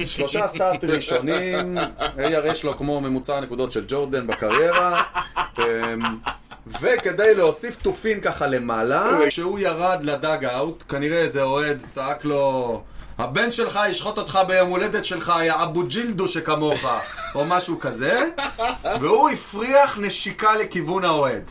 שלושה סטארט ראשונים, AR יש לו כמו ממוצע הנקודות של ג'ורדן בקריירה אמ, וכדי להוסיף תופין ככה למעלה כשהוא ירד לדאג אאוט, כנראה איזה אוהד צעק לו הבן שלך ישחוט אותך ביום הולדת שלך, יא אבו ג'ילדו שכמוך או משהו כזה והוא הפריח נשיקה לכיוון האוהד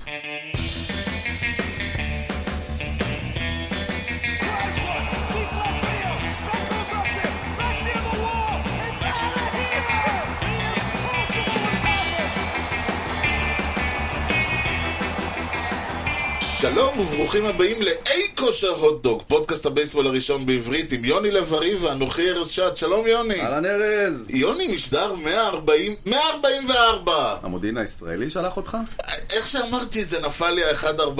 Drives one. Deep left field. That goes up there. Back near the wall. It's out of here. The impossible has happened. שלום וברוכים הבאים לאי כושר הוטדוג, פודקאסט הבייסבול הראשון בעברית עם יוני לב-ארי ואנוכי ארז שעד, שלום יוני. אהלן ארז יוני משדר 140, 144! המודיעין הישראלי שלח אותך? איך שאמרתי את זה נפל לי ה-144,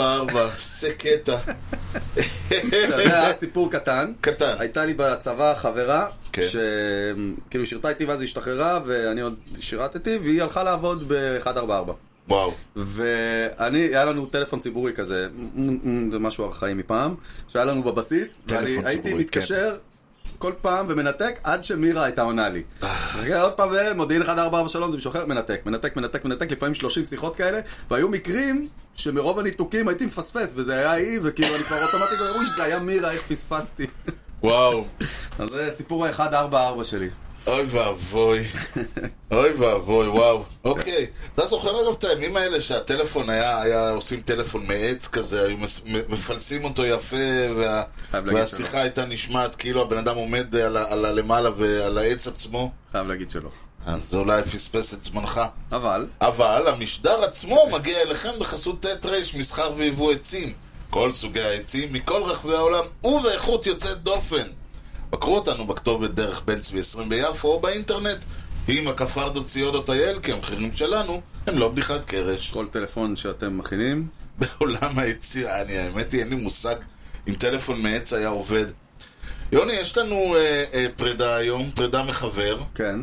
זה קטע. אתה יודע, כן, סיפור קטן. כן. קטן. הייתה לי בצבא חברה, כן. שכאילו שירתה איתי ואז היא השתחררה, ואני עוד שירתתי, והיא הלכה לעבוד ב-144. וואו. ואני, היה לנו טלפון ציבורי כזה, מ- מ- זה משהו ארכאי מפעם, שהיה לנו בבסיס, טלפון ואני הייתי ציבורי, כן. מתקשר כל פעם ומנתק עד שמירה הייתה עונה לי. רגע, עוד פעם, אה, מודיעין 1443 זה מישהו אחר, מנתק, מנתק, מנתק, מנתק, לפעמים 30 שיחות כאלה, והיו מקרים שמרוב הניתוקים הייתי מפספס, וזה היה היא, וכאילו אני כבר אוטומטית, אומר, אוי, זה היה מירה, איך פספסתי. וואו. אז זה סיפור ה-144 שלי. אוי ואבוי. אוי ואבוי, וואו. אוקיי. אתה זוכר אגב את הימים האלה שהטלפון היה, היה עושים טלפון מעץ כזה, היו מס- מ- מפלסים אותו יפה, וה, חייב להגיד והשיחה הייתה נשמעת כאילו הבן אדם עומד על, ה- על הלמעלה ועל העץ עצמו, חייב להגיד שלא. אז זה אולי פספס את זמנך. אבל, אבל המשדר עצמו מגיע אליכם בחסות ט' ר' מסחר ויבוא עצים. כל סוגי העצים מכל רחבי העולם ובאיכות יוצאת דופן. בקרו אותנו בכתובת דרך בן צבי 20 ביפו או באינטרנט. אם הכפרדו ציודו טייל, כי המחירים שלנו הם לא בדיחת קרש. כל טלפון שאתם מכינים, בעולם העצים, אני, האמת היא, אין לי מושג אם טלפון מעץ היה עובד. יוני, יש לנו אה, אה, פרידה היום, פרידה מחבר. כן.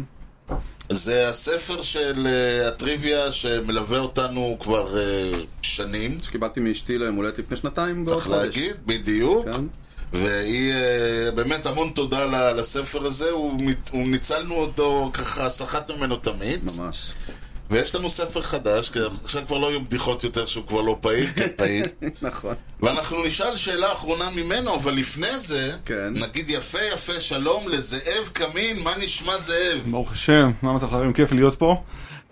זה הספר של אה, הטריוויה שמלווה אותנו כבר אה, שנים, שקיבלתי מאשתי ליום הולדת לפני שנתיים בעוד צריך חודש. להגיד, בדיוק. כן. והיא, אה, באמת המון תודה ל- לספר הזה, הוא מת- הוא ניצלנו אותו, ככה סחטנו ממנו את המיץ. ממש. ויש לנו ספר חדש, כי עכשיו כבר לא יהיו בדיחות יותר שהוא כבר לא פעיל, כן פעיל. נכון. ואנחנו נשאל שאלה אחרונה ממנו, אבל לפני זה, כן. נגיד יפה יפה שלום לזאב קמין, מה נשמע זאב? ברוך השם, מה המצב חברים? כיף להיות פה.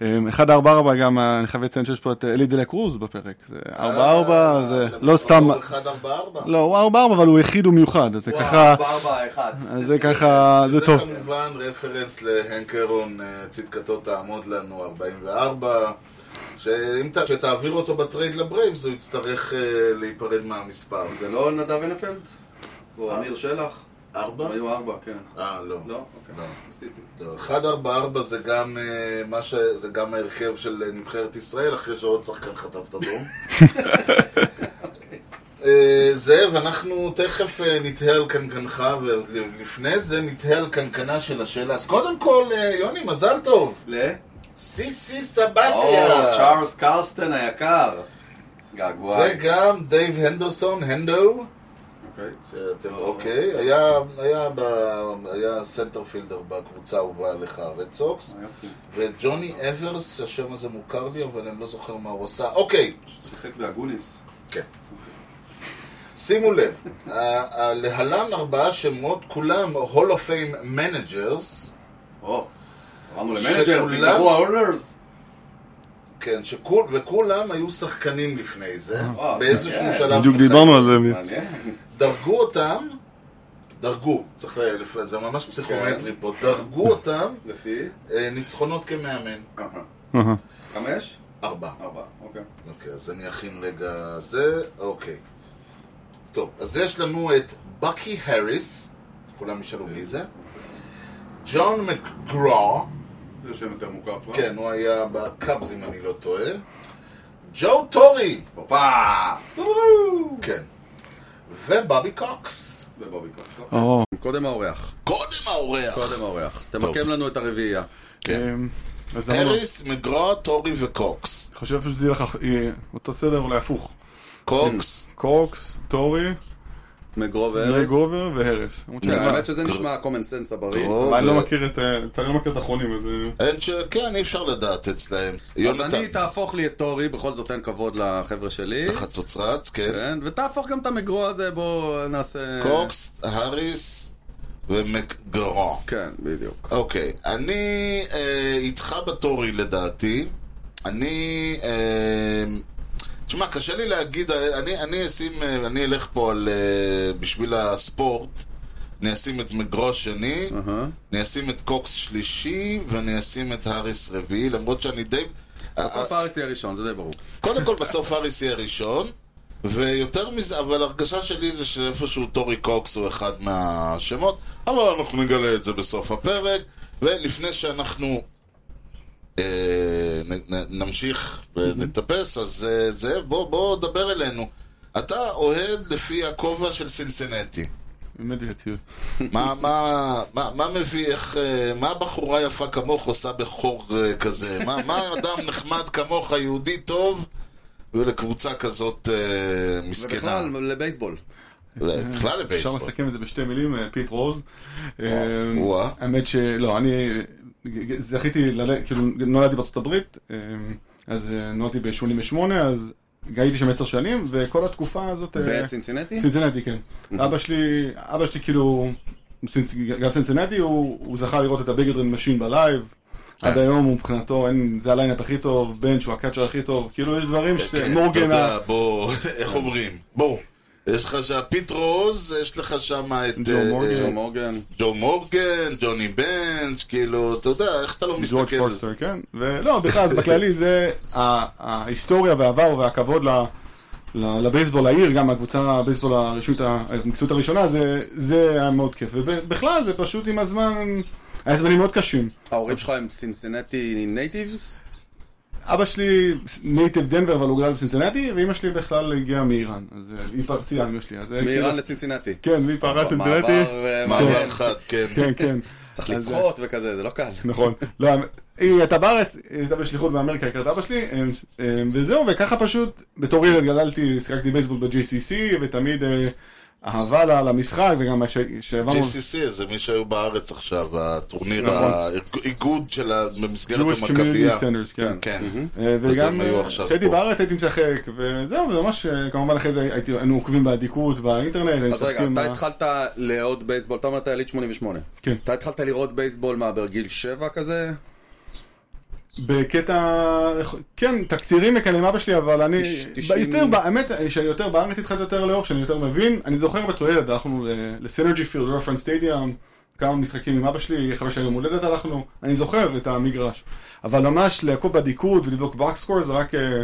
אמ, 144 גם, אה, אני חייב לציין שיש פה את אלי דלה קרוז בפרק. זה 44, זה לא סתם... אה, אחד ארבע ארבע. לא, הוא 44, אבל הוא יחיד ומיוחד, אז זה ככה... אז אה, זה ככה... זה טוב. זה כמובן רפרנס להנק אירון, אה, צדקתו תעמוד לנו 44, שאם ת- שתעביר אותו בטרייד לברייבס הוא יצטרך אה, להיפרד מהמספר. זה זה לא נדב אינפלד? או אמיר שלח? ארבע? הם היו ארבע, כן. אה, לא. אה. לא? אוקיי. לא. ניסיתי. לא. 144 זה גם אה, מה ש... זה גם ההרכב של אה, נבחרת ישראל, אחרי שעוד שחקן חטף את הדרום. אה, זאב, אנחנו תכף אה, נתהה על קנקנך, ולפני זה נתהה על קנקנה של השאלה. אז קודם כל, אה, יוני, מזל טוב. ל? סיסי או, סבסיה! צ'ארלס קרסטן היקר. געגועי. וגם דייב הנדרסון, הנדו, אוקיי. שאתם אוקיי, היה- היה ב- היה סנטרפילדר בקבוצה האהובה עליך, הרד סוקס, יופי. וג'וני אברס, השם הזה מוכר לי, אבל אני לא זוכר מה הוא עשה. אוקיי, שיחק באגוניס. שימו לב, ה- ה- להלן ארבעה שמות, כולם הול אוף פיים מנג'רס, או. אמרנו למנג'ר, שכולם- נגמרו האולרס. כן, שכול- וכולם היו שחקנים לפני זה, וואו, באיזשהו כן. שלב. בדיוק בחיים. דיברנו על זה. מעניין. דרגו אותם, דרגו, צריך ל... לפ- זה ממש פסיכומטרי פה, דרגו אותם לפי? אה, ניצחונות כמאמן. אהה. אהה. חמש? ארבע. ארבע, אוקיי. אוקיי, אז אני אכין רגע זה, אוקיי. טוב, אז יש לנו את בקי האריס, כולם ישאלו מי זה, ג'ון מקגרו, זה שם יותר מוכר כבר. כן, הוא היה בקאבס אם אני לא טועה, ג'ו טורי, הופה! כן, ובאבי קוקס. זה בובי קוקס. אוקיי. או, קודם האורח. קודם האורח. קודם האורח. תמקם לנו את הרביעייה. כן. אמ, אז אמרנו, אני האריס, מגרו, טורי וקוקס. חושב פשוט שזה יהיה לך אה, אותו סדר, אולי הפוך. קוקס. קוקס, טורי, מגרו נראה והרס. גרובר והרס. למרות שזה- כן, האמת שזה נשמע common sense הבריא. גרובר. אני לא מכיר את ה- אתה לא מכיר את האחרונים, אז... אה, אין ש... כן, אי אפשר לדעת אצלהם. אז יונתן, אני תהפוך לי את טורי, בכל זאת אין כבוד לחבר'ה שלי. חצוצרץ, כן. כן, ותהפוך גם את המגרו הזה, בואו נעשה... קוקס, האריס ומקגרון. כן, בדיוק. אוקיי, אני אה, איתך בטורי לדעתי. אני... אה, תשמע, קשה לי להגיד, אה, אני, אני אשים, אה, אני אלך פה על... אה, בשביל הספורט, אני אשים את מגרו שני, אהה. אני אשים את קוקס שלישי, ואני אשים את האריס רביעי, למרות שאני די... אה, בסוף האריס יהיה ראשון, זה די ברור. קודם כל, בסוף האריס יהיה ראשון, ויותר מזה, אבל הרגשה שלי זה שאיפשהו טורי קוקס הוא אחד מהשמות, אבל אנחנו נגלה את זה בסוף הפרק, ולפני שאנחנו אה, נ, נ, נמשיך ונטפס, אז אה, זאב, בוא, בוא דבר אלינו. אתה אוהד לפי הכובע של סינסינטי. במדויטיות. מה, מה, מה, מה מביא, איך, אה, מה בחורה יפה כמוך עושה בחור אה, כזה? מה, מה אדם נחמד כמוך, יהודי טוב, ולקבוצה כזאת אה, מסכנה? ובכלל, לבייסבול. בכלל אפשר לבייסבול. לסכם את זה בשתי מילים, אה, פיט רוז. אה, וואה. האמת שלא, אני ג- ג- זכיתי, לל- כאילו נולדתי בארצות הברית, אה, אז אה, נולדתי ב-88, אז הייתי שם עשר שנים, וכל התקופה הזאת... אה, בסינסינטי? סינצנטי, כן. אבא שלי, אבא שלי כאילו, סינצ- גם סינצנטי, הוא הוא זכה לראות את הביגדרין משין בלייב. עד היום הוא מבחינתו, אין, זה הליינאפ הכי טוב, בן שהוא הקאצ'ר הכי טוב, כאילו יש דברים ש... כן, אתה מורגן, ה- יודע, בוא, איך אומרים? בוא. יש לך שם פיט רוז, יש לך שם את ג'ו אה, מורגן. אה, ג'ו מורגן. ג'ו מורגן, ג'וני בנץ', כאילו, אתה יודע, איך אתה לא ג'ורג' מסתכל על זה? פוסטר, כן? ולא, בכלל, אז בכללי זה ה- ההיסטוריה והעבר והכבוד ל- ל- לבייסבול העיר, גם הקבוצה הבייסבול הרשמית, ה- המקצועית הראשונה, זה- זה היה מאוד כיף. ובכלל, זה פשוט עם הזמן, היה זמנים מאוד קשים. ההורים שלך הם סינסינטי נייטיבס? אבא שלי נייטיב דנבר, אבל הוא גדל בסינסנטי, ואימא שלי בכלל הגיעה מאיראן. אז אה, היא פרסייה, אמא שלי. אז, אה, כאילו- מאיראן לסינסינטי. כן, והיא פרעה סינסנטי. מעבר, אה, מעבר מעניין. אחד, כן. כן, כן. צריך אז, אה, לשחות וכזה, זה לא קל. נכון. לא, היא הייתה בארץ, היא הייתה בשליחות באמריקה, הכרת אבא שלי, אמ, אמ, וזהו, וככה פשוט, בתור ילד גדלתי, שיחקתי בייסבול ב-JCC, ותמיד אה, אהבה ל- למשחק, וגם כש- כשהעברנו... GCC זה מי שהיו בארץ עכשיו, הטורניר, נכון. האיגוד של ה... במסגרת Jewish המכבייה. Community Centers, כן. לא כן. אה, וגם הם היו עכשיו כשהייתי פה. בארץ הייתי משחק, וזהו, זה ממש, אה, כמובן אחרי זה הייתי- היינו עוקבים באדיקות באינטרנט, היינו אז רגע, משחקים... אתה ב- התחלת לאהוד בייסבול, אתה אומר אתה יליד 88. כן. אתה התחלת לראות בייסבול מה, בגיל 7 כזה? בקטע, כן, תקצירים מכאן עם אבא שלי, אבל אני, תשעים- ביותר, האמת, שאני יותר בארץ התחלתי יותר לאורך, שאני יותר מבין, אני זוכר בתור ילד, הלכנו ל- לסינרג'י פילד, רפרנס סטדיאם, כמה משחקים עם אבא שלי, חבר של יום הולדת הלכנו, אני זוכר את המגרש, אבל ממש לעקוב בדיקות ולבדוק בוקסקור זה רק אה,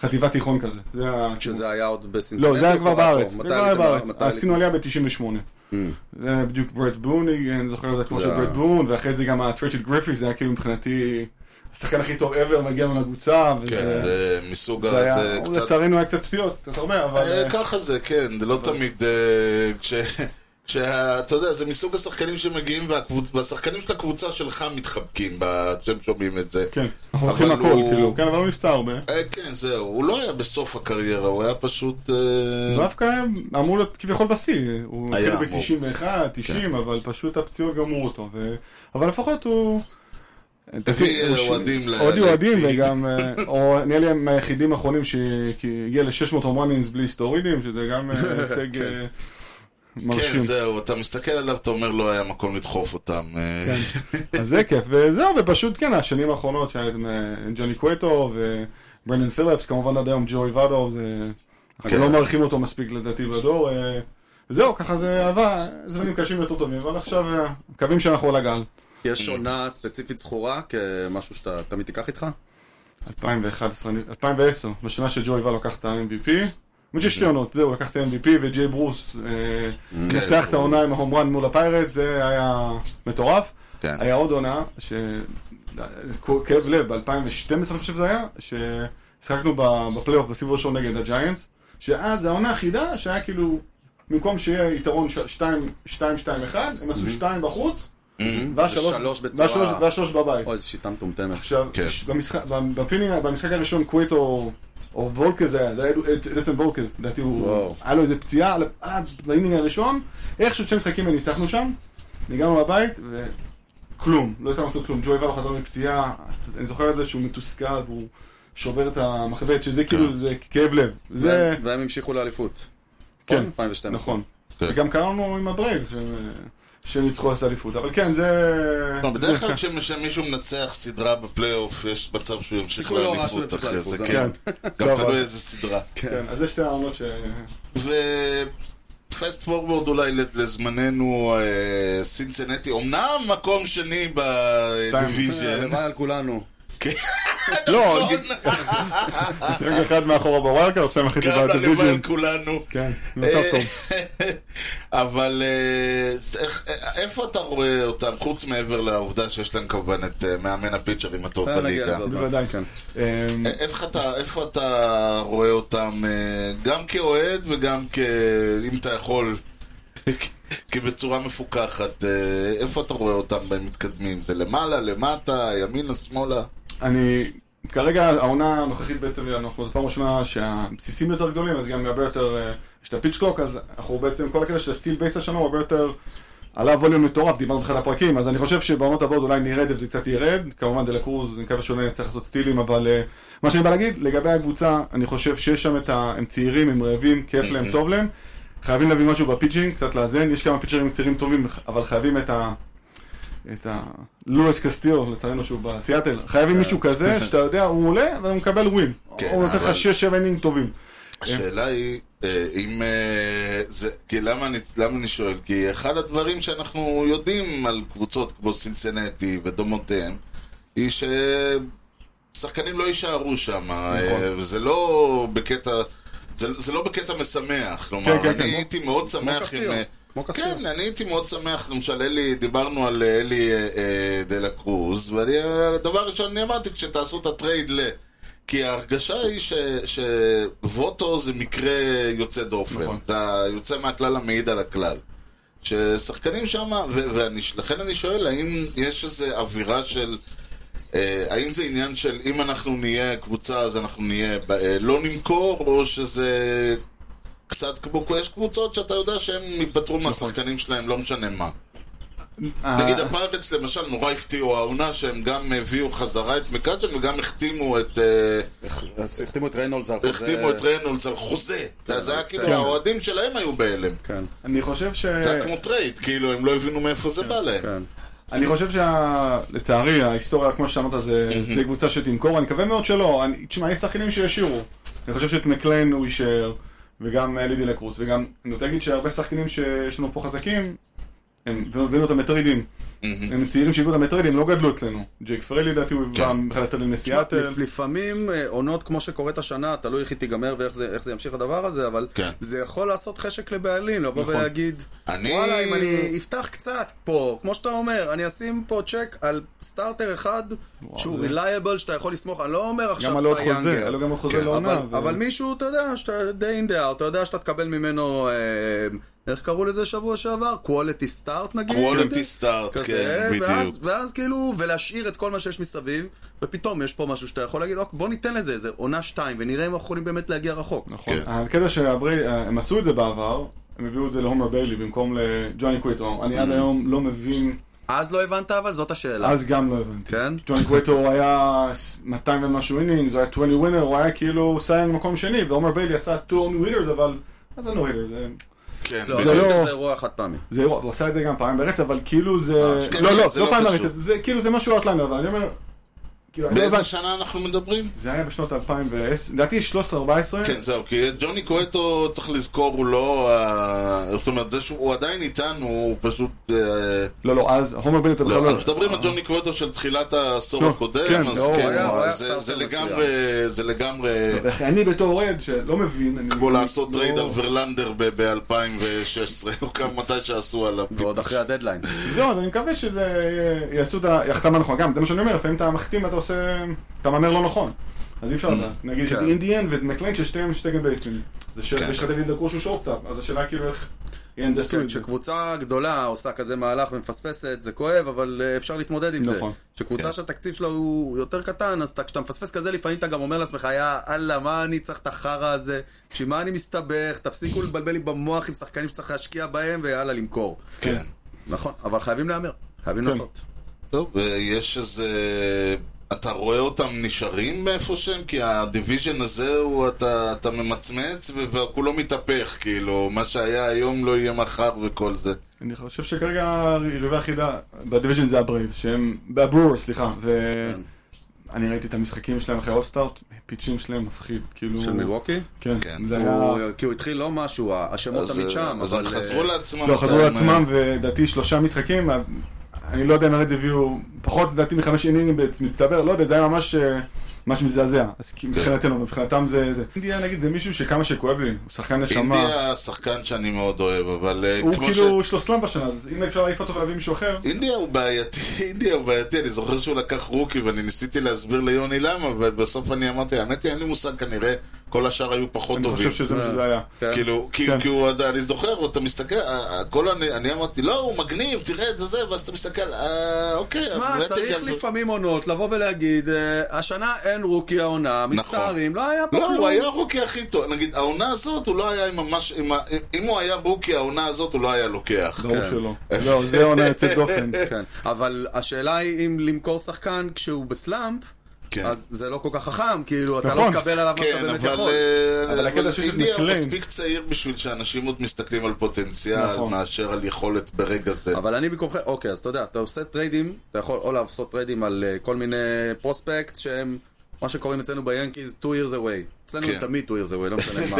חטיבת תיכון כזה, זה ה... שזה היה עוד בסינסינטי? לא, זה היה או כבר בארץ, זה מתי כבר היה עליתם- בארץ, מתי עליתם? עשינו עלייה ב-98. זה היה בדיוק ברט בון, אני זוכר את זה כמו זה של ה- ברט בון, ואחרי זה גם הטרצ'ט גריפי, זה היה כאילו מבחינתי השחקן הכי טוב ever מגיע לנו לקבוצה, וזה כן, זה מסוג אה, זה ה... היה, זה קצת... לצערנו היה קצת פציעות, קצת הרבה, אבל... אה, אה, ככה זה, כן, זה לא תמיד... אה, כש... כשה- אתה יודע, זה מסוג השחקנים שמגיעים, והקבוצ- והשחקנים של הקבוצה שלך מתחבקים ב- כשהם שומעים את זה. כן, אבל אנחנו הולכים הכל, הוא- כאילו, כן, אבל הוא נפצע הרבה. אה, כן, זהו, הוא לא היה בסוף הקריירה, הוא היה פשוט... אה, דווקא היה אמור להיות כביכול בשיא, הוא היה התחיל אמור. כן. ב-91, 90, אבל פשוט הפציעות גמרו אותו, ו- אבל לפחות הוא... הביא הוא ש- אוהדים ל- עוד אוהדים, ליציע. וגם, אה, או נהיה להם היחידים האחרונים שהגיע ל-600 הומרנינס בלי סטורידים, שזה גם אה, הישג אה, כן, לא מרשים. זהו, אתה מסתכל עליו, אתה אומר, לא היה מקום לדחוף אותם. אה, כן. אז זה כיף, וזהו, ופשוט כן, השנים האחרונות שהיה את אה, ג'וני קווטו וברנדן פיליפס, כמובן עד היום ג'וי ואדו, זה... אנחנו כן. לא מעריכים אותו מספיק לדעתי בדור. אה, זהו, ככה זה עבר, אה, זמנים קשים יותר טובים, אבל עכשיו אה, מקווים שאנחנו על הגל. יש עונה ספציפית זכורה כמשהו שאתה תמיד תיקח איתך? 2011, 2010, בשנה שג'וי ואדו לקח את ה-MVP. האמת שיש שתי עונות, זהו, לקח את ה-MVP וג'יי ברוס אה, ניצח את העונה עם ההומרן מול הפיירט, זה היה מטורף. כן. היה עוד עונה, ש... כאב לב, ב-2012 אני חושב זה היה, ששיחקנו ב- בפלייאוף בסיבוב הראשון נגד הג'יינטס, שאז זו העונה היחידה שהיה כאילו, במקום שיהיה יתרון 2-2-1, הם עשו 2 בחוץ, והיה ושלוש שלוש- בצורה- והשלוש- והשלוש בבית. או איזו שיטה מטומטמת. עכשיו, כן. ש- במשחק- במ- בפיני- במשחק הראשון קוויטו או וולקז היה, זה היה דסן וולקז, לדעתי הוא, וואו. היה לו איזה פציעה, על- עד באינינג הראשון, איכשהו שני משחקים וניצחנו שם, הגענו לבית, וכלום, לא יצא לעשות כלום, ג'וי ואלו חזר מפציעה, אני זוכר את זה שהוא מתוסכל והוא שובר את המחזרת, שזה כאילו, זה כאב לב, זה, והם המשיכו לאליפות. כן, נכון? 2012. נכון, כן. וגם קראנו עם הברייבס, שהם- שהם ניצחו אז את האליפות, אבל כן, זה, לא, בדרך זה- כלל כשמישהו מנצח סדרה בפלייאוף, יש מצב שהוא ימשיך סיכוי לא רע שהוא לאליפות ימשיך אחרי זה, לאליפות, כן. לא, גם אבל- תלוי איזה סדרה. כן, אז זה שתי העונות ש... ופסט פורוורד אולי לזמננו, אה, סינצנטי, אמנם מקום שני בדיוויזיון. הלוואי אה, על כולנו. לא, משחק אחד מאחורה בוואלקארט, שם הכי טובה גם הלוואי בדיוויזיון. על אה, כולנו. כן, מצב טוב. אבל אה, איך- אה, איפה אתה רואה אותם, חוץ מעבר לעובדה שיש להם כמובן את אה, מאמן הפיצ'רים הטוב אה, נגיע בליגה? לזה עוד מעט. בוודאי. כן. אמ, א- איך אתה, אה, איפה אתה רואה אותם, אה, גם כאוהד וגם כ... אם אתה יכול, כבצורה מפוקחת, אה, איפה אתה רואה אותם בהם מתקדמים? זה למעלה, למטה, ימינה, שמאלה? אני... כרגע העונה הנוכחית בעצם, אנחנו זו פעם ראשונה שהבסיסים יותר גדולים, אז גם הרבה יותר, אה, יש את הפיץ' קלוק, אז אנחנו בעצם, כל הקטע של הסטיל בייס השנה הוא הרבה יותר, עלה ווליום מטורף, דיברנו בתחילת הפרקים, אז אני חושב שבעונות הבאות אולי נראה את זה וזה קצת ירד, כמובן דלקרוז, אני מקווה שאולי נצטרך לעשות סטילים, אבל אה, מה שאני בא להגיד, לגבי הקבוצה, אני חושב שיש שם את ה... הם צעירים, הם רעבים, כיף להם, טוב להם, חייבים להביא משהו בפיצ'ינג, קצת לאזן, יש כמה פיצ'רים צעירים טובים, אבל חייבים את ה... את ה... לואיס קסטיו, לצערנו שהוא בסיאטל, חייבים מישהו כזה, שאתה יודע, הוא עולה, אבל הוא מקבל ווין. כן, הוא נותן לך אבל- 6-7 אינינג טובים. השאלה היא, אה, אם... אה, זה, כי למה אני, למה אני שואל? כי אחד הדברים שאנחנו יודעים על קבוצות כמו סילסנטי ודומותיהם, היא ששחקנים לא יישארו שם, נכון. אה, וזה לא בקטע... זה, זה לא בקטע משמח, כלומר, כן, כן, אני כן. הייתי מאוד שמח אם... קסטיו, אה, כמו קסטיו. כן, אני הייתי מאוד שמח, למשל, אלי, דיברנו על אה, אלי אה, אה, דלה קרוז, והדבר הראשון, אני אמרתי, כשתעשו את הטרייד ל... כי ההרגשה היא ש, שווטו זה מקרה יוצא דופן. נכון. אתה יוצא מהכלל המעיד על הכלל. ששחקנים שם, ולכן אני שואל, האם יש איזו אווירה של... אה, האם זה עניין של אם אנחנו נהיה קבוצה אז אנחנו נהיה, ב- אה, לא נמכור, או שזה קצת כמו, יש קבוצות שאתה יודע שהם נכון. ייפטרו מהשחקנים שלהם, לא משנה מה. אה. נגיד הפיירטס למשל נורא הפתיעו העונה שהם גם הביאו חזרה את מקאג'ן וגם החתימו את... אה, אז החתימו את ריינולדס על חוזה. החתימו את ריינולדס על חוזה. זה זה היה כאילו, כן. האוהדים שלהם היו בהלם. כן, אני חושב ש... זה היה כמו טרייד, כאילו, הם לא הבינו מאיפה זה בא להם. כן. אני חושב שלצערי, ההיסטוריה, כמו שאמרת, זה, זה קבוצה שתמכור, אני מקווה מאוד שלא. אני, תשמע, יש שחקנים שישירו. אני חושב שאת מקליין הוא יישאר, וגם אה, לידי לקרוס, וגם, אני רוצה להגיד שהרבה שחקנים שיש לנו פה חזקים, הם הבאנו אותם מטרידים. הם צעירים שהביאו אותם מטרידים, לא גדלו אצלנו. גייק פרלי, לדעתי, כן. הוא בא מבחינת הטרידים לסיאטל. לפ- לפעמים אה, עונות כמו שקורית השנה, תלוי איך היא תיגמר ואיך זה, איך זה ימשיך הדבר הזה, אבל כן. זה יכול לעשות חשק לבעלים, לבוא נכון. ולהגיד, אני- וואלה, אם אני אפתח קצת פה, כמו שאתה אומר, אני אשים פה צ'ק על סטארטר אחד שהוא זה- רילייבל, שאתה יכול לסמוך, אני לא אומר גם עכשיו על עוד סי חוזה, יאנגר. היה לו גם עוד חוזה כן, לעונה. אבל- אבל מישהו, אתה יודע, שאתה די אינדאו, אתה יודע שאתה תקבל ממנו, אה, איך קראו לזה שבוע שעבר? quality start נגיד? quality start, כזה, כן, ואז, בדיוק. ואז כאילו, ולהשאיר את כל מה שיש מסביב, ופתאום יש פה משהו שאתה יכול להגיד, "אוקיי, בוא ניתן לזה איזה עונה שתיים, ונראה אם אנחנו יכולים באמת להגיע רחוק. נכון. כן. הקטע שהברי, הם עשו את זה בעבר, הם הביאו את זה להומר ביילי במקום לג'וני קוויטו. אני עד היום לא מבין... אז לא הבנת אבל, זאת השאלה. אז גם לא הבנתי. כן? ג'ון קוויטו היה 200 ומשהו אינינגס, הוא היה 20 ווינר, הוא היה כאילו סיינג מקום שני, ועומר ביילי עשה 2 ווינרס, אבל... אז זה נו היטר, זה... כן, לא, בדיוק. זה לא- לא... זה אירוע חד פעמי. זה אירוע, הוא עשה את זה גם פעם ברצף, אבל כאילו זה... אה, כן, לא, לא, זה לא לא פעם קשור. ברצף, זה כאילו זה משהו אאוטליינר, אבל אני אומר... כאילו, אני לא באיזה הבנתי. שנה אנחנו מדברים? זה היה בשנות 2010, לדעתי 13-14. כן, זהו, כי ג'וני קואטו, צריך לזכור, הוא לא... ה- זאת אומרת, זה שהוא הוא עדיין איתנו, הוא פשוט... אה, לא, לא, אז הומר ביילי אתה בכלל לא, לא... אנחנו מדברים על ג'וני קואטו של תחילת העשור לא, הקודם, כן, אז לא, הוא כן, היה- הוא היה אז זה- זה סטארטר לגמרי... זה לגמרי... ואחי, אני בתור אוהד שלא מבין, אני... כמו לעשות לא- טרייד על ורלנדר ב-2016, או כמה מתי שעשו עליו. לא. ועוד אחרי הדדליין. זהו, לא, אז אני מקווה שזה אה, יעשו את ההחתמה הנכונה. גם, זה מה שאני אומר, לפעמים אתה מחתים ואתה עושה... אתה מהמר לא נכון. אז אי אפשר לדעת. נגיד כן. אינדיאן ומקליין ששתיהם שתי גם בייסלים. זה שאלה, כן. יש לך דוד דקור שהוא שורטסאפ, אז השאלה כאילו איך... כן, דסטו את זה. כשקבוצה גדולה עושה כזה מהלך ומפספסת, זה כואב, אבל אה, אפשר להתמודד עם זה. נכון. כשקבוצה שהתקציב שלה הוא יותר קטן, אז אתה- כשאתה מפספס כזה, לפעמים אתה גם אומר לעצמך, יא אללה, מה אני צריך את החרא הזה? בשביל מה אני מסתבך? תפסיקו לבלבל לי במוח עם שחקנים שצריך להשקיע בהם, ויאללה, למכור. כן. נכון, אבל חייבים להמר, כן. חייבים לעשות. טוב, אה, יש איזה... אתה רואה אותם נשארים מאיפה שהם? כי הדיוויז'ן הזה הוא, אתה, אתה ממצמץ ו- וכולו מתהפך, כאילו, מה שהיה היום לא יהיה מחר וכל זה. אני חושב שכרגע היריבה היחידה בדיוויז'ן זה הברייב, שהם, הברור, סליחה, ואני ראיתי את המשחקים שלהם אחרי אופסטארט, פיצ'ים שלהם מפחיד, כאילו... של מילווקי? כן, כן. זה היה... הוא- כי הוא התחיל לא משהו, השמות אז, תמיד שם, אה, אז הם אבל... חזרו אה, לעצמם. לא, חזרו אתה- אה, לעצמם, ולדעתי שלושה משחקים, אה, אני לא יודע אם הרד הביאו פחות לדעתי מחמש אינינגים בצ- מצטבר, לא יודע, זה היה ממש אה, ממש מזעזע. אז כי מבחינתנו, מבחינתם זה... זה. אינדיה, נגיד, זה מישהו שכמה שכואב לי, הוא שחקן נשמה. אינדיה שחקן שאני מאוד אוהב, אבל אה, הוא כמו כאילו, יש לו סלאם בשנה, אז אם אפשר להעיף אותו ולהביא מישהו אחר, אינדיה הוא בעייתי, אינדיה הוא בעייתי, אני זוכר שהוא לקח רוקי ואני ניסיתי להסביר ליוני למה, ובסוף אני אמרתי, האמת היא, אין לי מושג כנראה, כל השאר היו פחות אני טובים. חושב שזה מה שזה היה. כן. כאילו, כי כן. כי הוא, עד- אני זוכר, אתה מסתכל, אה, הכל, אני אני אמרתי, לא, הוא מגניב, תראה את זה זה, ואז אתה מסתכל, "אה, אוקיי, שמע, אבל ראיתי צריך גם- לפעמים עונות לבוא ולהגיד, "אה, השנה אין רוקי העונה, מצטערים, לא היה פה נכון. לא, כלום. הוא היה רוקי הכי טוב, נגיד, העונה הזאת, הוא לא היה עם ממש, עם ה- אם הוא היה רוקי, העונה הזאת, הוא לא היה לוקח. ברור שלא. לא, זה עונה יוצאת דופן. כן, אבל השאלה היא אם למכור שחקן כשהוא בסלאמפ, כן. אז זה לא כל כך חכם, כאילו, אתה לא נכון. תקבל עליו מה כן, אתה באמת אבל, יכול. אה, אבל הקטע שיש את אינדיה הוא מקליין. מספיק צעיר בשביל שאנשים עוד מסתכלים על פוטנציאל, נכון. מאשר על יכולת ברגע זה. אבל אני במקומכם, אוקיי, אז אתה יודע, אתה עושה טריידים, אתה יכול או לעשות טריידים על אה, כל מיני פרוספקט שהם, מה שקוראים אצלנו ביאנקיז, two years away. אצלנו כן. הם תמיד two years away, לא משנה מה.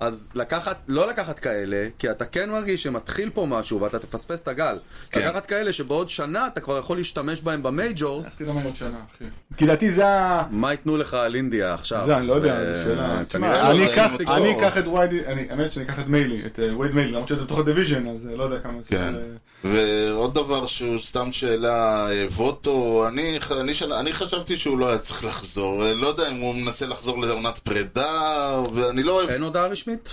אז לקחת, לא לקחת כאלה, כי אתה כן מרגיש שמתחיל פה משהו ואתה תפספס את הגל. כן. לקחת כאלה שבעוד שנה אתה כבר יכול להשתמש בהם במייג'ורס, תראה מה עוד שנה, אחי. כי לדעתי זה ה... מה ייתנו לך על אינדיה עכשיו? זה, אני לא יודע, אה, זו שאלה. כנראה תשמע, אני לא אקח- ראינו אותו. אני אקח את ויידי, אני- האמת שאני אקח את מיילי, את אה, וייד מיילי, למרות שזה בתוך הדיוויז'ן, אז אה, לא יודע כמה זה... כן. ועוד דבר שהוא סתם שאלה, אה, ווטו, אני, ח- אני, של- אני חשבתי שהוא לא היה צריך לחזור, אה, לא יודע אם הוא מנסה לחזור לעונת פרידה, ואני לא אוהב, אין הודעה רשמית?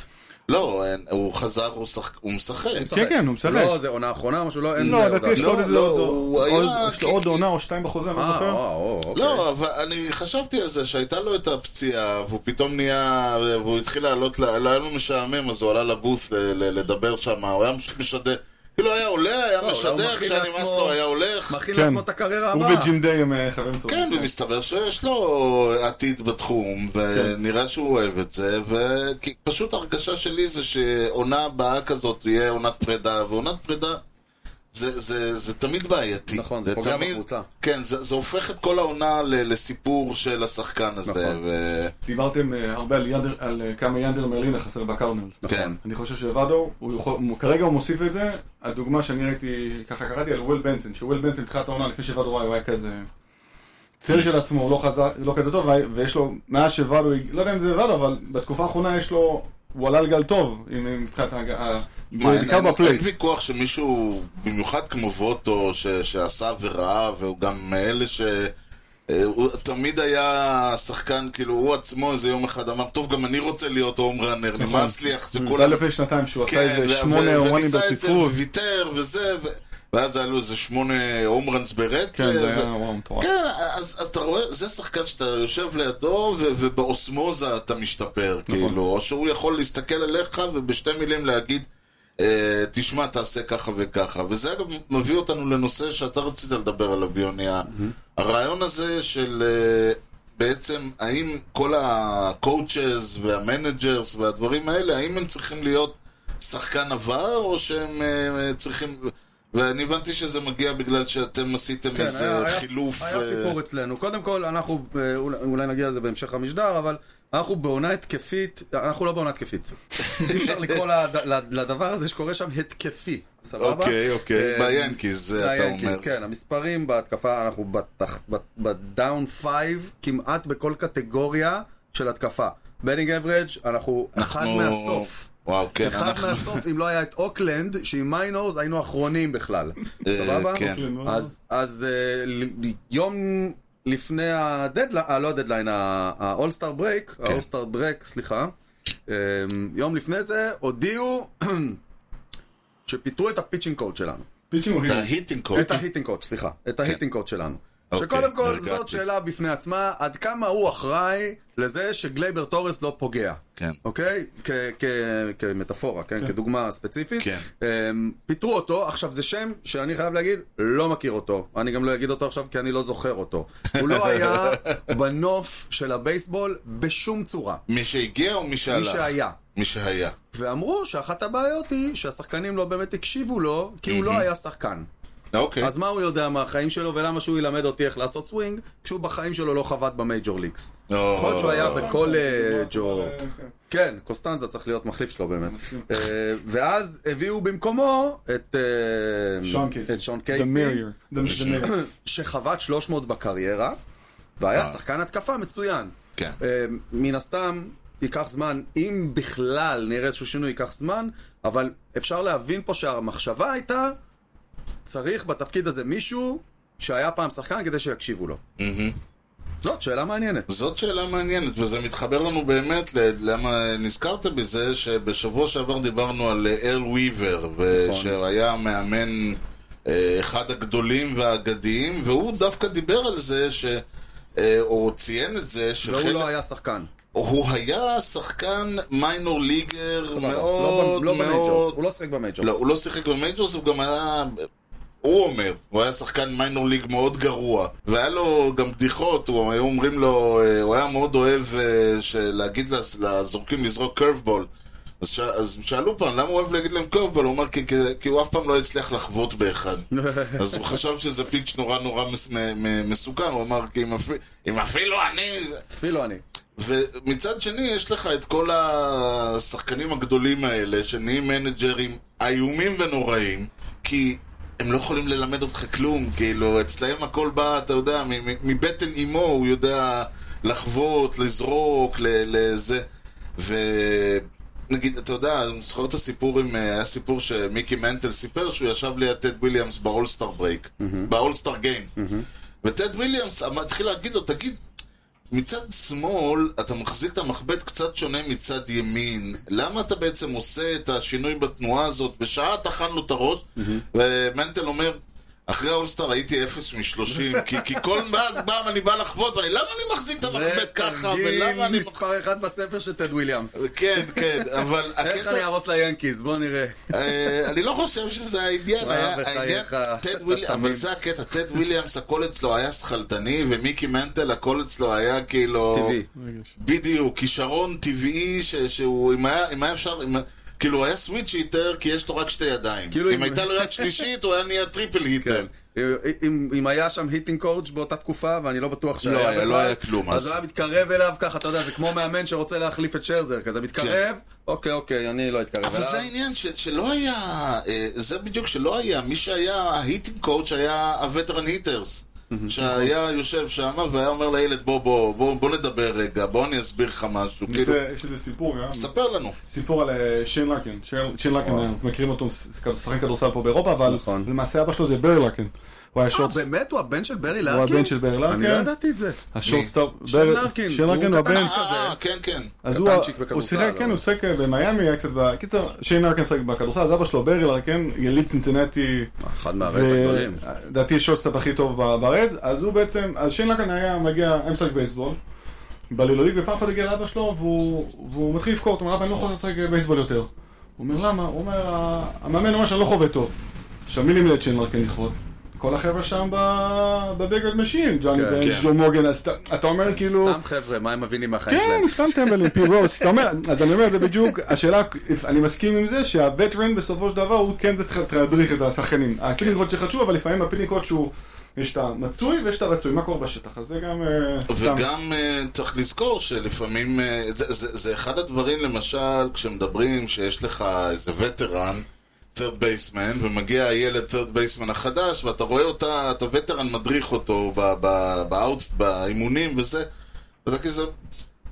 לא, אין, הוא חזר, הוא, שח, הוא משחק. כן, כן, הוא משחק. לא, זה עונה אחרונה, משהו, לא, אין לא, הודעה לדעתי יש לו רשמית. עוד איזה לא, עוד- הוא עוד- היה- יש לו עוד כי- עונה או שתיים בחוזה, אני לא אה, זוכר. וואו, אוקיי. לא, אבל אני חשבתי על זה שהייתה לו את הפציעה, והוא פתאום נהיה, והוא התחיל לעלות, ל- לא היה לו משעמם, אז הוא עלה לבוס ל- ל- לדבר שם, הוא היה משדר, כאילו היה עולה, היה לא, הוא משדר, מכין כשהיה לעצמו- נמאס לו היה הולך. מכין כן. לעצמו את הקריירה הוא הבאה. וג'ים דיי הם אה, חברים טובים. כן, ומסתבר שיש לו עתיד בתחום, כן. ונראה שהוא אוהב את זה, ופשוט הרגשה שלי זה שעונה הבאה כזאת תהיה עונת פרידה, ועונת פרידה זה, זה, זה תמיד בעייתי. נכון, זה פוגע בקבוצה. כן, זה, זה הופך את כל העונה ל, לסיפור של השחקן הזה, נכון. נכון. ו... דיברתם אה, הרבה על ינדר- על אה, כמה ינדר מרלינה חסר בקרנלס. כן. נכון? אני חושב שוואדו, הוא יכול- הוא- כרגע הוא מוסיף את זה, הדוגמה שאני ראיתי, ככה קראתי על וויל בנסון, שוויל בנסון התחילת העונה לפני שוואדו וואי, הוא היה כזה... צל של עצמו, הוא לא, חזר, לא כזה טוב, וה- ויש לו, מאז שוואדו, הג- לא יודע אם זה וואדו, אבל בתקופה האחרונה יש לו, הוא עלה על גל טוב, עם- עם- מבחינת ההגעה, אה, מה, אין- כן, בעיקר אין- אין בפלייט. ויכוח שמישהו, במיוחד כמו ווטו, ש- שעשה וראה, והוא גם מאלה ש... אה, הוא תמיד היה שחקן, כאילו, הוא עצמו איזה יום אחד אמר, טוב, גם אני רוצה להיות הום ראנר, נמאס לי, איך נכון. זה היה שכולם... לפני שנתיים שהוא עשה כן, איזה ו- שמונה ו- הומנים וניסה את זה, ברציפות. וויתר, וזה, ו- ואז היה לו איזה שמונה הום ראנס ברצף. כן, זה ו- היה וואו מטורף. כן, אז, אז אתה רואה, זה שחקן שאתה יושב לידו ו- ובאוסמוזה אתה משתפר, נכון. כאילו, או שהוא יכול להסתכל עליך ובשתי מילים להגיד, אה, תשמע, תעשה ככה וככה. וזה אגב מביא אותנו לנושא שאתה רצית לדבר עליו, יוני, ה- הרעיון הזה של אה, בעצם, האם כל ה-coaches וה-managers והדברים האלה, האם הם צריכים להיות שחקן עבר, או שהם אה, צריכים... ואני הבנתי שזה מגיע בגלל שאתם עשיתם כן, איזה היה- היה- חילוף... היה אה, סיפור אצלנו. קודם כל, אנחנו, אה, אולי- אולי נגיע לזה בהמשך המשדר, אבל אנחנו בעונה התקפית, אנחנו לא בעונה התקפית. אי אפשר לקרוא לד- לד- לדבר הזה שקורה שם התקפי, סבבה? אוקיי, אוקיי, אה, ביאנקיז, זה אתה היאנקיז, אומר. כן, המספרים בהתקפה, אנחנו בתח- ב- בדאון פייב כמעט בכל קטגוריה של התקפה. בנינג אברג' אנחנו אחד אנחנו- מהסוף. וואו, כן, אחד אנחנו... מהסוף, אם לא היה את אוקלנד, שעם מיינורס היינו אחרונים בכלל. אה, סבבה? כן. אז, אז אה, ל- יום לפני הדדליין, אה, לא הדדליין, האולסטאר כן. אמ, ברייק, האולסטאר ברייק, סליחה, אה, יום לפני זה הודיעו שפיטרו את הפיצ'ינג קוד שלנו. פיצ'ינג את אוהבים. ההיטינג את קורט. ההיטינג קוד, סליחה. את ההיטינג קוד שלנו. כן. אוקיי, שקודם כל, הרגעתי. זאת שאלה בפני עצמה, עד כמה הוא אחראי לזה שגלייבר תורס לא פוגע. כן. אוקיי? כ- כ- כמטאפורה, כן? כדוגמה ספציפית. כן. אמ, פיטרו אותו, עכשיו זה שם שאני חייב להגיד, לא מכיר אותו. אני גם לא אגיד אותו עכשיו כי אני לא זוכר אותו. הוא לא היה בנוף של הבייסבול בשום צורה. מי שהגיע או מי מי שהלך? שהיה. מי שהיה. ואמרו שאחת הבעיות היא שהשחקנים לא באמת הקשיבו לו, כי הוא לא היה שחקן. אוקיי. אז מה הוא יודע מהחיים שלו, ולמה שהוא ילמד אותי איך לעשות סווינג, כשהוא בחיים שלו לא חבט במייג'ור ליקס. או. יכול להיות שהוא היה בקולג' או... כן. כן, קוסטנזה צריך להיות מחליף שלו באמת. אה, ואז הביאו במקומו את... אה, שון קייסי. את שון The קייסי, Mirror. The- The Mirror. שחבט 300 בקריירה, והיה שחקן התקפה מצוין. כן. אה, מן הסתם, ייקח זמן, אם בכלל נראה איזשהו שינוי, ייקח זמן, אבל אפשר להבין פה שהמחשבה הייתה, צריך בתפקיד הזה מישהו שהיה פעם שחקן כדי שיקשיבו לו. זאת שאלה מעניינת. זאת שאלה מעניינת, וזה מתחבר לנו באמת ל- למה נזכרת בזה, שבשבוע שעבר דיברנו על אה, ארל וויבר, ו- נכון. שהיה המאמן אה, אחד הגדולים והאגדיים, והוא דווקא דיבר על זה, ש... אה, או ציין את זה, והוא לא שחלק... היה שחקן. הוא היה שחקן מיינור ליגר סבבה. מאוד לא במייג'ורס, מאוד... הוא לא שיחק במייג'ורס. לא, הוא לא שיחק במייג'ורס, הוא גם היה... הוא אומר, הוא היה שחקן מיינור ליג מאוד גרוע, והיה לו גם בדיחות, הוא, היו אומרים לו, אה, הוא היה מאוד אוהב אה, ש- להגיד לז- לזורקים לזרוק קרבבול. אז, ש... אז שאלו פעם, למה הוא אוהב להגיד להם קרבבול? הוא אמר, כי, כי, כי הוא אף פעם לא הצליח לחבוט באחד. אז הוא חשב שזה פיץ' נורא נורא מס, מ, מ, מסוכן, הוא אמר, כי אם, אפי, אם אפילו אני... זה-" אפילו אני. ומצד שני, יש לך את כל השחקנים הגדולים האלה, שנהיים מנג'רים איומים ונוראים, כי הם לא יכולים ללמד אותך כלום, כאילו, אצלהם הכל בא, אתה יודע, מ- מ- מבטן אימו הוא יודע לחוות, לזרוק, ל- לזה. ונגיד, אתה יודע, אני זוכר את הסיפור עם, היה סיפור שמיקי מנטל סיפר שהוא ישב ליד טד וויליאמס באולסטאר ברייק, באולסטאר גיים. וטד וויליאמס אמר- התחיל להגיד לו, תגיד, מצד שמאל אתה מחזיק את המחבט קצת שונה מצד ימין. למה אתה בעצם עושה את השינוי בתנועה הזאת? בשעה טחן לו את הראש, ומנטל אומר, אחרי האולסטאר הייתי אפס משלושים, כי, כי כל פעם- פעם אני בא לחבוט, ואני, למה אני מחזיק את המחבט ככה, ולמה אני... תרגיל מחזיק-" מספר אחד בספר של טד וויליאמס. כן, כן, אבל איך הקטע... אני ארוס ליאנקיז, בוא נראה. אה, אני לא חושב שזה העניין, וואי, היה- בחייך, העניין, אתה טד וויליאמס, אבל זה הקטע, טד וויליאמס הכל אצלו היה שכלתני, ומיקי מנטל הכל אצלו היה כאילו... טבעי. רגש. בדיוק, כישרון טבעי ש, שהוא, אם היה, אם היה אפשר, אם, כאילו הוא היה סוויץ' היטר כי יש לו רק שתי ידיים. כאילו כאילו, אם- כן. אם הייתה לו יד שלישית הוא היה נהיה טריפל היטר. אם- אם היה שם היטינג קורג' באותה תקופה, ואני לא בטוח שהיה היה, בכלל, לא היה כלום אז אז. הוא היה מתקרב אליו ככה, אתה יודע, זה כמו מאמן שרוצה להחליף את שרזר, כזה מתקרב, אוקיי, אוקיי, אני לא אתקרב כן. אבל זה אליו. העניין ש, שלא היה, אה, זה בדיוק שלא היה, מי שהיה ההיטינג קואוצ' היה הווטרן היטרס. שהיה יושב שם והיה אומר לילד בוא בוא בוא בוא נדבר רגע בוא אני אסביר לך משהו כאילו זה- יש איזה סיפור גם. ספר לנו סיפור על אה, שיין לקן, שיין שיין לקן, וואו. אה, מכירים אותו, הוא שחקן כדורסל פה באירופה, אבל נכון. למעשה אבא שלו זה ברי לקן. הוא היה אה, שורט, באמת? הוא הבן של ברי לארקין? הוא הבן של ברי אני לא לארקין. ידעתי את זה. השורטסטאר, שיין ברי- לארקין, שיין הוא לקן הוא הבן, קטן. אה אה, כן כן אז הוא, קטנצ'יק הוא בכדורסל, שיחק, כן, אבל- הוא שיחק במיאמי, היה קצת, ב- קיצר, שיין לארקן שיחק בכדורסל, אז אבא שלו ברי לארקן, יליד צינצינטי, אחד מהרץ הגדולים. לדעתי שולסטאפ הכי טוב ב- בארץ, אז הוא בעצם, אז שיין לקן היה מגיע, היה משחק בייסבול, בלילות, ופעם אחת הגיע לאבא שלו, והוא והוא מתחיל לבכור, הוא אומר, אבא, אני לא יכול לשחק בייסבול יותר. הוא אומר, למה? הוא אומר, "ה- המאמן אומר שאני לא חווה טוב. עכשיו, מי לימד את שיין לקן לכבוד? כל החבר'ה שם בבגרד משין, ג'וני כן. בן, כן. ג'ו מורגן, אז אתה- אתה אומר כאילו... סתם חבר'ה, מה הם מבינים מהחיים כן, שלהם? סתם טמבלים, פירוס, אתה אומר, אז אני אומר, זה בדיוק, השאלה, אני מסכים עם זה שהווטרן בסופו של דבר, הוא כן זה צריך להדריך את השחקנים. הקליניקות שלך חשוב, אבל לפעמים הקליניקות שהוא, יש את המצוי ויש את הרצוי, מה קורה בשטח, אז זה גם, אה, סתם. וגם אה, צריך לזכור שלפעמים, אה, זה- זה זה אחד הדברים למשל, כשמדברים שיש לך איזה וטרן, third baseman, ומגיע הילד third baseman החדש, ואתה רואה אותה, את הווטרן מדריך אותו ב- ב- באאוט, באימונים וזה, ואתה כזה,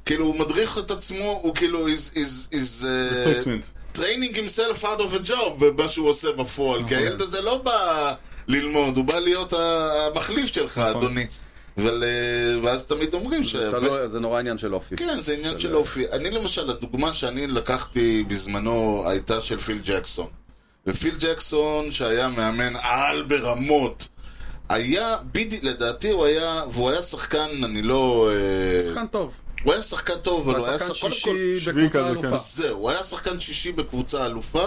כאילו הוא מדריך את עצמו, הוא כאילו, is, is, is, אה, Replacement. training himself out of a job, במה שהוא עושה בפועל, נכון. כי הילד הזה לא בא ללמוד, הוא בא להיות המחליף שלך, אדוני. אבל, אה, ואז תמיד אומרים ש... נכון. אתה לא- זה נורא עניין של אופי. כן, זה עניין של אופי. אני למשל, הדוגמה שאני לקחתי בזמנו הייתה של פיל ג'קסון. ופיל ג'קסון, שהיה מאמן על ברמות, היה, בדיוק, לדעתי הוא היה, והוא היה שחקן, אני לא... אה, שחקן טוב. הוא היה שחקן טוב, אבל הוא הוא היה שחקן שחקן... קודם שישי כל- שביעי בקבוצה כזה, אלופה. כן. זהו, הוא היה שחקן שישי בקבוצה אלופה,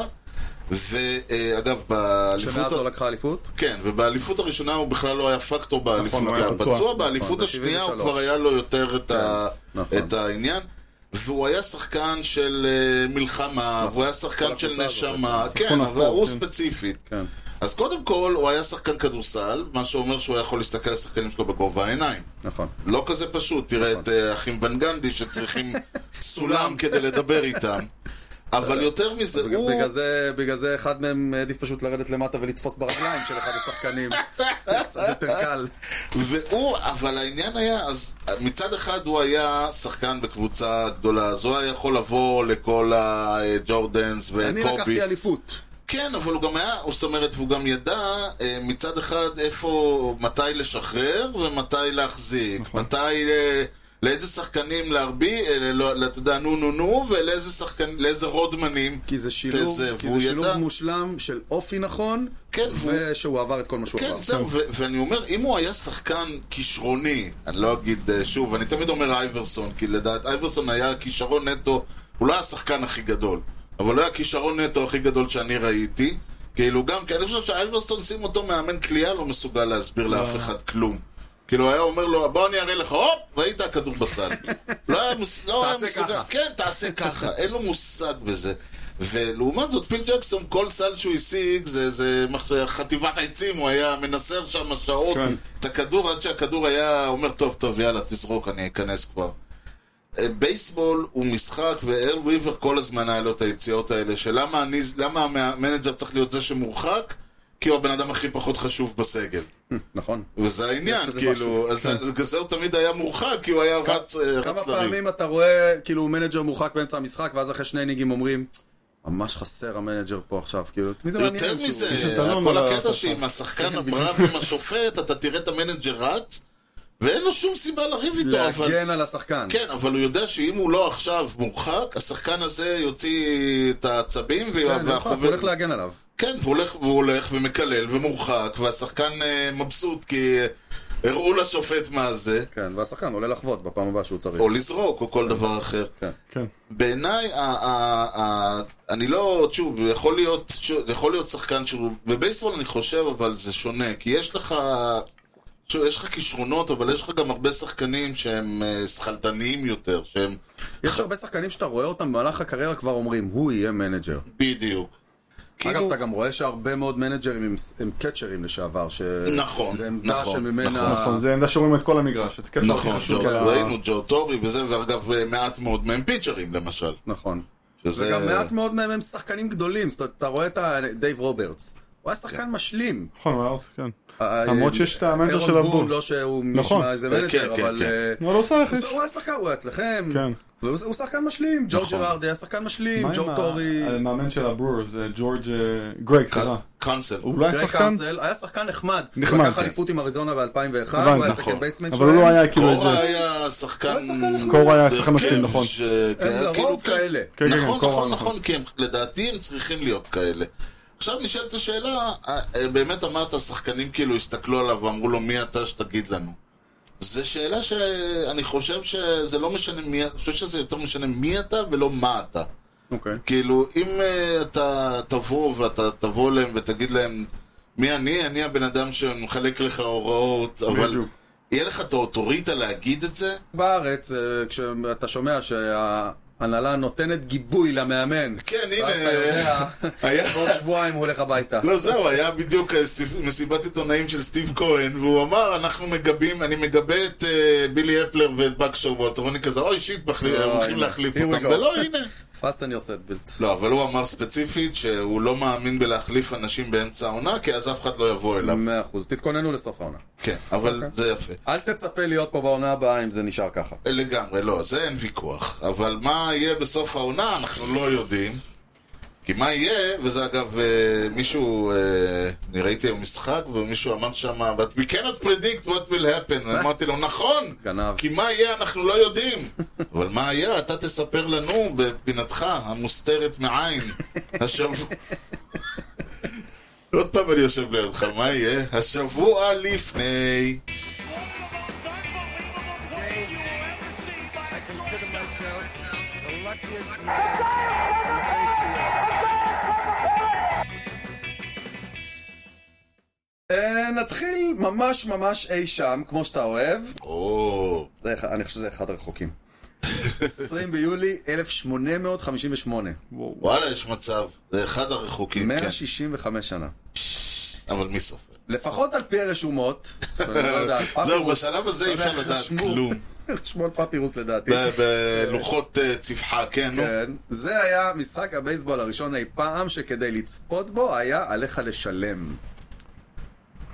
ואגב, באליפות... שמאז ה- לא לקחה אליפות. כן, ובאליפות הראשונה הוא בכלל לא היה פקטור באליפות, הוא היה כלל. פצוע. פצוע, באליפות נכון, השנייה הוא ב-73. כבר היה לו יותר את, ה... נכון. את העניין. והוא היה שחקן של אה, מלחמה, והוא היה שחקן של נכון. הקבוצה הזאת. נשמה, כן, נכון, אבל הוא כן. ספציפית. כן. אז קודם כל, הוא היה שחקן כדורסל, מה שאומר שהוא היה יכול להסתכל על השחקנים שלו בגובה העיניים. נכון. לא כזה פשוט, תראה את אה, האחים בן גנדי שצריכים סולם כדי לדבר איתם. אבל יותר מזה, בג- הוא... בגלל זה- בגלל זה אחד מהם העדיף פשוט לרדת למטה ולתפוס ברגליים של אחד השחקנים. זה קצת יותר קל. אה, והוא, אבל העניין היה, אז מצד אחד הוא היה שחקן בקבוצה גדולה, אז הוא היה יכול לבוא לכל הג'ורדנס אני וקובי. לקחתי אליפות. כן, אבל הוא גם היה, זאת אומרת, והוא גם ידע אה, מצד אחד איפה, מתי לשחרר ומתי להחזיק. נכון. מתי, אה, לאיזה שחקנים להרבי, אה, לא, לא, אתה יודע, נו נו נו, ולאיזה שחקן, לאיזה רודמנים. כי זה שילוב, תזה, כי והוא זה שילוב ידע. מושלם של אופי נכון, כן, והוא- ושהוא עבר את כל מה שהוא עבר. כן, זהו, ו- ואני אומר, אם הוא היה שחקן כישרוני, אני לא אגיד אה, שוב, אני תמיד אומר אייברסון, כי לדעת אייברסון היה כישרון נטו, הוא לא היה השחקן הכי גדול, אבל הוא היה הכישרון נטו הכי גדול שאני ראיתי, כאילו גם, כי אני חושב שאייברסון, שים אותו מאמן קליעה, לא מסוגל להסביר לא. לאף אחד כלום. כאילו היה אומר לו, בוא אני אראה לך, הופ, ראית הכדור בסל. לא היה מוס- לא היה תעשה מסוגל, ככה. כן, תעשה ככה, אין לו מושג בזה. ולעומת זאת, פיל ג'קסון, כל סל שהוא השיג, זה, זה מח- חטיבת עצים, הוא היה מנסר שם שעות כן. את הכדור, עד שהכדור היה אומר, טוב, טוב, יאללה, תזרוק, אני אכנס כבר. אה, בייסבול הוא משחק, וארל וויבר כל הזמן היה לו את היציאות האלה, שלמה אני, למה המנג'ר צריך להיות זה שמורחק? כי הוא הבן אדם הכי פחות חשוב בסגל. נכון. וזה העניין, יש בזה כאילו, משהו. כן. אז אז בגלל זה הוא תמיד היה מורחק, כי הוא היה רץ אה, כמה רץ לריב. פעמים אתה רואה כאילו מנג'ר מורחק באמצע המשחק, ואז אחרי שני ניגים אומרים, ממש חסר המנג'ר פה עכשיו, כאילו, את מי זה מעניין? יותר שהוא- מזה, יש את אלון כל על הקטע השפה. שעם כן, השחקן הברב עם השופט, אתה תראה את המנג'ר רץ, ואין לו שום סיבה לריב איתו, אבל... להגן על השחקן. כן, אבל הוא יודע שאם הוא לא עכשיו מורחק, השחקן הזה יוציא את העצבים, כן, וה- נכון, הוא הולך והחובב... להגן עליו. כן, והוא הולך- והוא הולך ומקלל ומורחק, והשחקן אה, מבסוט כי אה, הראו לשופט מה זה, כן, והשחקן עולה לחוות בפעם הבאה שהוא צריך. או לזרוק, או כל דבר אחר. כן. כן. בעיניי, ה- ה- ה- אני לא, שוב, יכול להיות, שוב, יכול להיות שחקן שהוא, בבייסבול אני חושב, אבל זה שונה, כי יש לך, שוב, יש לך כישרונות, אבל יש לך גם הרבה שחקנים שהם אה, שכלתניים יותר, שהם, יש הרבה שחקנים שאתה רואה אותם במהלך הקריירה כבר אומרים, הוא יהיה מנג'ר. בדיוק. אגב, כאילו- אתה גם רואה שהרבה מאוד מנג'רים הם- הם קצ'רים לשעבר, ש... נכון, זה עמדה נכון, שממנה... נכון, זה עמדה שרואים את כל המגרש. את קטע נכון, הכי כן, חשוב ג'ו- על ה- ראינו ג'ו טורי וזה, ואגב, אה, מעט מאוד מהם פיצ'רים למשל. נכון. שזה- וגם מעט מאוד מהם הם שחקנים גדולים, זאת אומרת, אתה רואה את ה- דייב רוברטס. הוא היה כן. שחקן משלים. נכון, הוא היה עוד, כן. אה, ה- למרות שיש את המנג'ר אירון של בון, הבול. לא שהוא נכון. נשמע איזה כן, מנג'ר, כן, אבל... כן. אה, הוא לא צריך. הוא- הוא היה שחקן, הוא היה אצלכם. כן. והוא הוא שחקן משלים, ג'ו נכון. ג'רארד היה שחקן משלים, ג'ו טורי, המאמן של הברורס, אה, ג'ורג' אה, גרייג, סליחה. קאנסל. הוא לא היה גרי שחקן, קארסל, היה שחקן נחמד. נחמד, הוא לקח כן. אליפות עם אריזונה ב-2001, הוא הבנתי. היה נכון. סקנד בייסמן אבל הוא לא היה כאילו קורה איזה... היה שחקן... קורה היה שחקן משלים, נכון. ש- כן, הם כאילו, לרוב כן. כאלה. כן, כן, נכון, קורה, נכון, נכון. נכון, כי הם- לדעתי הם צריכים להיות כאלה. עכשיו נשאלת השאלה, אה, אה, באמת אמרת, השחקנים כאילו הסתכלו עליו ואמרו לו, מי אתה שתגיד לנו? זו שאלה שאני חושב שזה לא משנה מי, אני חושב שזה יותר משנה מי אתה ולא מה אתה. אוקיי. כאילו, אם אה, אתה תבוא ואתה תבוא אליהם ותגיד להם, מי אני? אני הבן אדם שמחלק לך הוראות, אבל בדיוק. יהיה לך את האוטוריטה להגיד את זה? בארץ, אה, כשאתה שומע שההנהלה נותנת גיבוי למאמן. כן, ואז אתה הנה, יודע, היה- בעוד שבועיים הוא הולך הביתה. לא, זהו, היה בדיוק הסיב- מסיבת עיתונאים של סטיב כהן, והוא אמר, אנחנו מגבים, אני מגבה את אה, בילי אפלר ואת באק שרווט, ואני כזה, אוי, שיט, מחליף- הם הולכים אה, הנה. להחליף Here we אותם, go. ולא, הנה. Fast and your setbelt. לא, אבל הוא אמר ספציפית שהוא לא מאמין בלהחליף אנשים באמצע העונה, כי אז אף אחד לא יבוא אליו. מאה אחוז. תתכוננו לסוף העונה. כן, אבל אוקיי. זה יפה. אל תצפה להיות פה בעונה הבאה אם זה נשאר ככה. לגמרי, לא, זה אין ויכוח. אבל מה יהיה בסוף העונה, אנחנו לא יודעים. כי מה יהיה, וזה אגב, אה, מישהו, אה, אני ראיתי היום משחק, ומישהו אמר שם, but we cannot predict what will happen. אמרתי לו, נכון, גנב. כי מה יהיה, אנחנו לא יודעים. אבל מה היה, אתה תספר לנו בפינתך המוסתרת מעין, השבוע. עוד פעם אני יושב לידך, מה יהיה? השבוע לפני. I consider myself the luckiest man. אה, נתחיל ממש ממש אי שם, כמו שאתה אוהב. או, זה אחד- אני חושב שזה אחד הרחוקים. 20 ביולי 1858, כן. וואלה, יש מצב. זה אחד הרחוקים, כן. 165 שנה. אבל מי סופר? לפחות על פי הרשומות, אני לא יודע, על זהו, פפירוס, בשלב הזה אי אתה יודע, אפשר לדעת רשמו. כלום. רשמו על פפירוס לדעתי. ב- בלוחות אה, צפחה, כן, נו. כן, זה היה משחק הבייסבול הראשון אי פעם, שכדי לצפות בו היה עליך לשלם.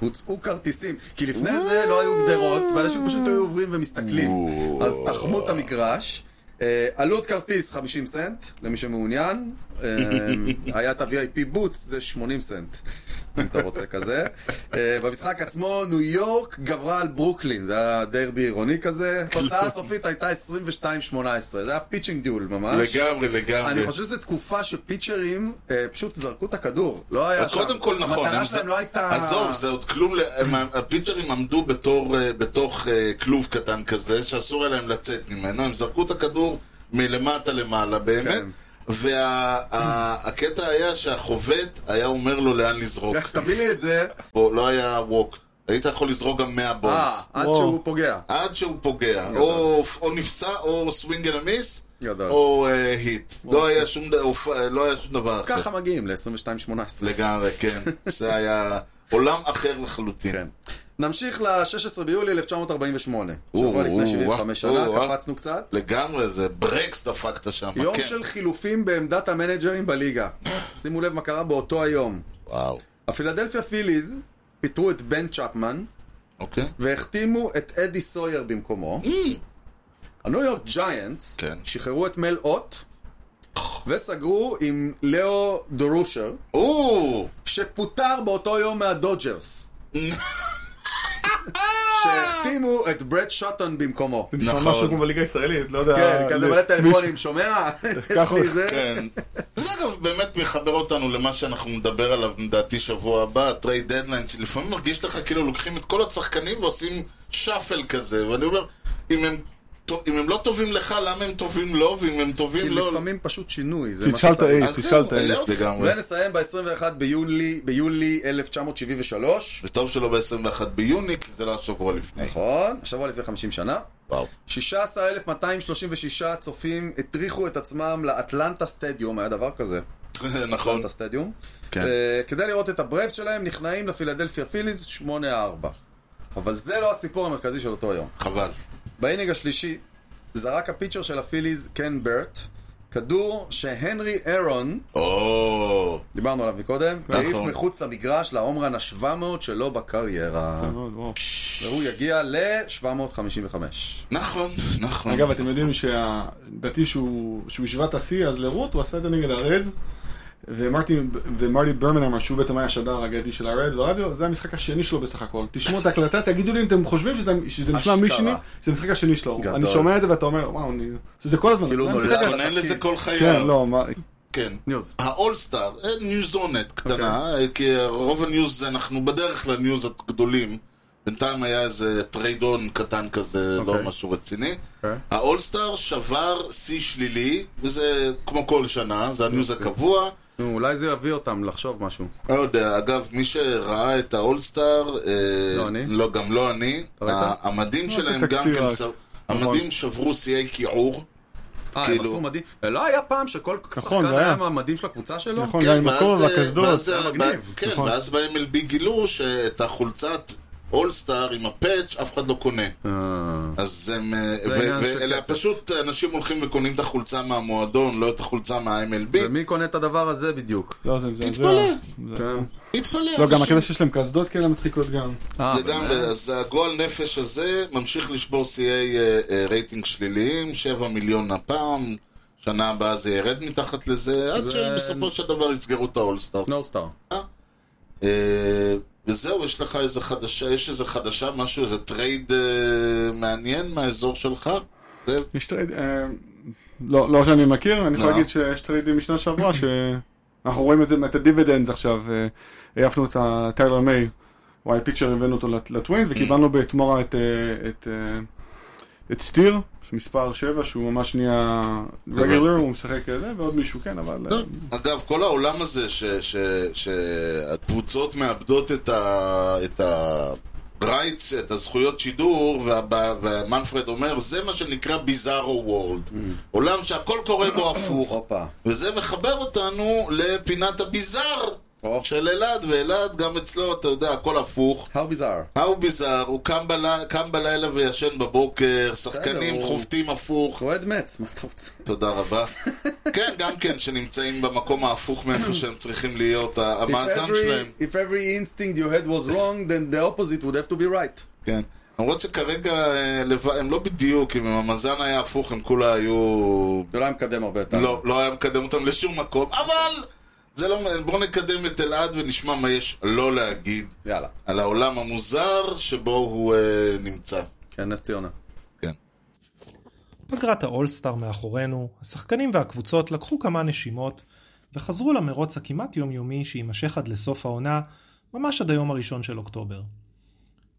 הוצאו כרטיסים, כי לפני זה לא היו גדרות, ואנשים פשוט היו עוברים ומסתכלים. אז תחמו את המגרש. אה, עלות כרטיס 50 סנט, למי שמעוניין. אה, היה את ה-VIP בוץ, זה 80 סנט, אם אתה רוצה כזה. אה, במשחק עצמו, ניו יורק גברה על ברוקלין, זה היה דרבי עירוני כזה. התוצאה הסופית הייתה 22-18, זה היה פיצ'ינג דיול ממש. לגמרי, אני לגמרי. חושב שזו תקופה שפיצ'רים אה, פשוט זרקו את הכדור. לא היה אז שם. קודם כל נכון, המטרה הם שלהם זה- לא הייתה... עזוב, זה עוד כלום, ל- הם- הפיצ'רים עמדו בתור, אה, בתוך אה, כלוב קטן כזה, שאסור היה להם לצאת ממנו, הם זרקו את הכדור מלמטה למעלה באמת, כן. והקטע היה שהחובט היה אומר לו לאן לזרוק, תביא לי את זה. או לא היה ווק, היית יכול לזרוק גם 100 אה, בונס, עד וואו. שהוא פוגע. עד שהוא פוגע, או או נפסע, או סווינג אנד המיס, גדול. אוקיי. או אה, היט, לא היה שום ד- או פ- לא היה שום דבר אחר. ככה מגיעים ל-22-18. לגמרי, כן. זה היה עולם אחר לחלוטין. כן. נמשיך ל-16 ביולי 1948. או, שבוע או, לפני 75 או, שנה, או, קפצנו קצת. לגמרי, זה ברקס דפקת שם. יום כן. של חילופים בעמדת המנג'רים בליגה. שימו לב מה קרה באותו היום. וואו. הפילדלפיה פיליז פיטרו את בן צ'פמן אוקיי. והחתימו את אדי סויר במקומו. הניו יורק ג'יינטס כן. שחררו את מל אוט וסגרו עם לאו דורושר או! שפוטר באותו יום מהדודג'רס. שהחתימו את ברד שוטון במקומו. זה נשמע נכון. משהו כמו בליגה הישראלית, לא יודע... כן, כזה מלא מישהו- טלפונים, שומע? יש לי זה. כן. זה אגב באמת מחבר אותנו למה שאנחנו נדבר עליו לדעתי שבוע הבא, ה-Trade Deadline, שלפעמים מרגיש לך כאילו לוקחים את כל השחקנים ועושים שאפל כזה, ואני אומר, אם הם... טוב- אם הם לא טובים לך, למה הם טובים לו, ואם הם כי טובים לו... לפעמים פשוט שינוי, זה מה תשאל את שצריך. האייס, אז תשאל זהו, את האייס. אלף לגמרי. ונסיים ב-21 ביולי, ביולי 1973, וטוב שלא ב-21 ביוני, כי זה לא השבוע לפני. נכון, שבוע לפני 50 שנה. וואו. 16,236 צופים הטריחו את עצמם לאטלנטה סטדיום, היה דבר כזה, נכון. אטלנטה סטדיום. כן. אה, כדי לראות את הברייבס שלהם נכנעים לפילדלפיה פיליז 8-4. אבל זה לא הסיפור המרכזי של אותו יום. חבל. באינינג השלישי, זרק הפיצ'ר של הפיליז, קן ברט, כדור שהנרי אירון, או, דיברנו עליו מקודם, נכון. העיף מחוץ למגרש להומרן ה-700 שלו בקריירה. מאוד, וואו. והוא יגיע ל-755. נכון, נכון. אגב, אתם יודעים שהדעתי שהוא שהוא השווה את השיא, אז לרות הוא עשה את זה נגד הרדס, ומרטי- ומרטי ברמנהמר, שהוא בעצם היה השדר הגדי של הרדס ברדיו, זה המשחק השני שלו בסך הכל. תשמעו את ההקלטה, תגידו לי אם אתם חושבים שזה- שזה נשמע אשכרה. מישני, שזה המשחק השני שלו. גדול. אני שומע את זה ואתה אומר, וואו, אני... זה כל הזמן. כאילו זה נולד. המשחק ה- מתכונן לזה כל חייו. כן, לא, מה... כן. ניוז. האולסטאר, אה, ניוזונת קטנה, אוקיי. אה, כי רוב הניוז, אנחנו בדרך לניוז הגדולים. בינתיים היה איזה טריידון קטן כזה, לא אוקיי. משהו רציני. אוקיי. האולסטאר שבר שיא שלילי, וזה כמו כל שנה, זה הניוז אוקיי. הקבוע. נו, אולי זה יביא אותם לחשוב משהו. לא יודע, אגב, מי שראה את האולסטאר, אה, לא אני. לא, גם לא אני, ראית? לא, ה- המדים שלהם זה גם תקציר כן, רק. ס- נכון. המדים שברו שיאי כיעור. אה, הם כאילו- עשו מדים. לא היה פעם שכל נכון, שחקן זה היה. היה עם המדים של הקבוצה שלו? נכון, כן, גם עם ואז, הכובע, אה, הקסדות. ואז, אה, מגניב, ב- כן, נכון. ואז ב-MLB גילו שאת החולצת אולסטאר עם הפאץ' אף אחד לא קונה. אה, אז הם... אה, זה ו- עניין ו- של אלא כסף. פשוט אנשים הולכים וקונים את החולצה מהמועדון, לא את החולצה מה-MLB. ומי קונה את הדבר הזה בדיוק? לא, זה מזעזע. תתפלא. זה- כן. התפלא. לא, גם אנשים- הקטע שיש להם קסדות כאלה מצחיקות גם. אה, לגמרי, באמת? אז הגועל נפש הזה ממשיך לשבור שיאי אה, אה, רייטינג שליליים, 7 מיליון הפעם, שנה הבאה זה ירד מתחת לזה, עד זה- שבסופו של דבר יסגרו את האולסטאר. נו סטאר. אה, וזהו, יש לך איזה חדשה, יש איזה חדשה, משהו, איזה טרייד אה, מעניין מהאזור שלך? זה יש טרייד... אה, לא, לא שאני מכיר, אני יכול לא. להגיד שיש טריידים משנה שעברה ש... אנחנו רואים את זה, את הדיבידנדס עכשיו, אה, העפנו את ה- טיילר מיי, וואי פיצ'ר הבאנו אותו לט- לטווינס, וקיבלנו בתמורה את, אה, את, אה, את סטיר, שמספר 7, שהוא ממש נהיה רגולר, הוא משחק אה, זה, ועוד מישהו, כן, אבל... אה, טוב. אגב, כל העולם הזה ש- ש- שהקבוצות מאבדות את ה... את ה... רייטס, את הזכויות שידור, והב- ומנפרד אומר, זה מה שנקרא ביזארו וורד. עולם שהכל קורה בו הפוך. הופה. וזה מחבר אותנו לפינת הביזאר או. של אלעד, ואלעד גם אצלו, אתה יודע, הכל הפוך. How bizarre. האו ביזאר, הוא קם, בלי... קם בלילה וישן בבוקר, שחקנים הוא- חובטים הפוך, אוהד מצ, מה אתה רוצה? תודה רבה. כן, גם כן, שנמצאים במקום ההפוך מאיפה שהם צריכים להיות, ה- If המאזן every- שלהם. If every instinct you had was wrong, then the opposite would have to be right. כן. למרות שכרגע אה, לב- הם לא בדיוק, אם המאזן היה הפוך, הם כולה היו... זה לא היה מקדם הרבה יותר. לא, לא היה מקדם אותם לשום מקום, אבל... זה לא... בואו נקדם את אלעד ונשמע מה יש לא להגיד יאללה. על העולם המוזר שבו הוא אה, נמצא. כן, נס ציונה. כן. פגרת האולסטאר מאחורינו, השחקנים והקבוצות לקחו כמה נשימות וחזרו למרוץ הכמעט יומיומי שיימשך עד לסוף העונה, ממש עד היום הראשון של אוקטובר.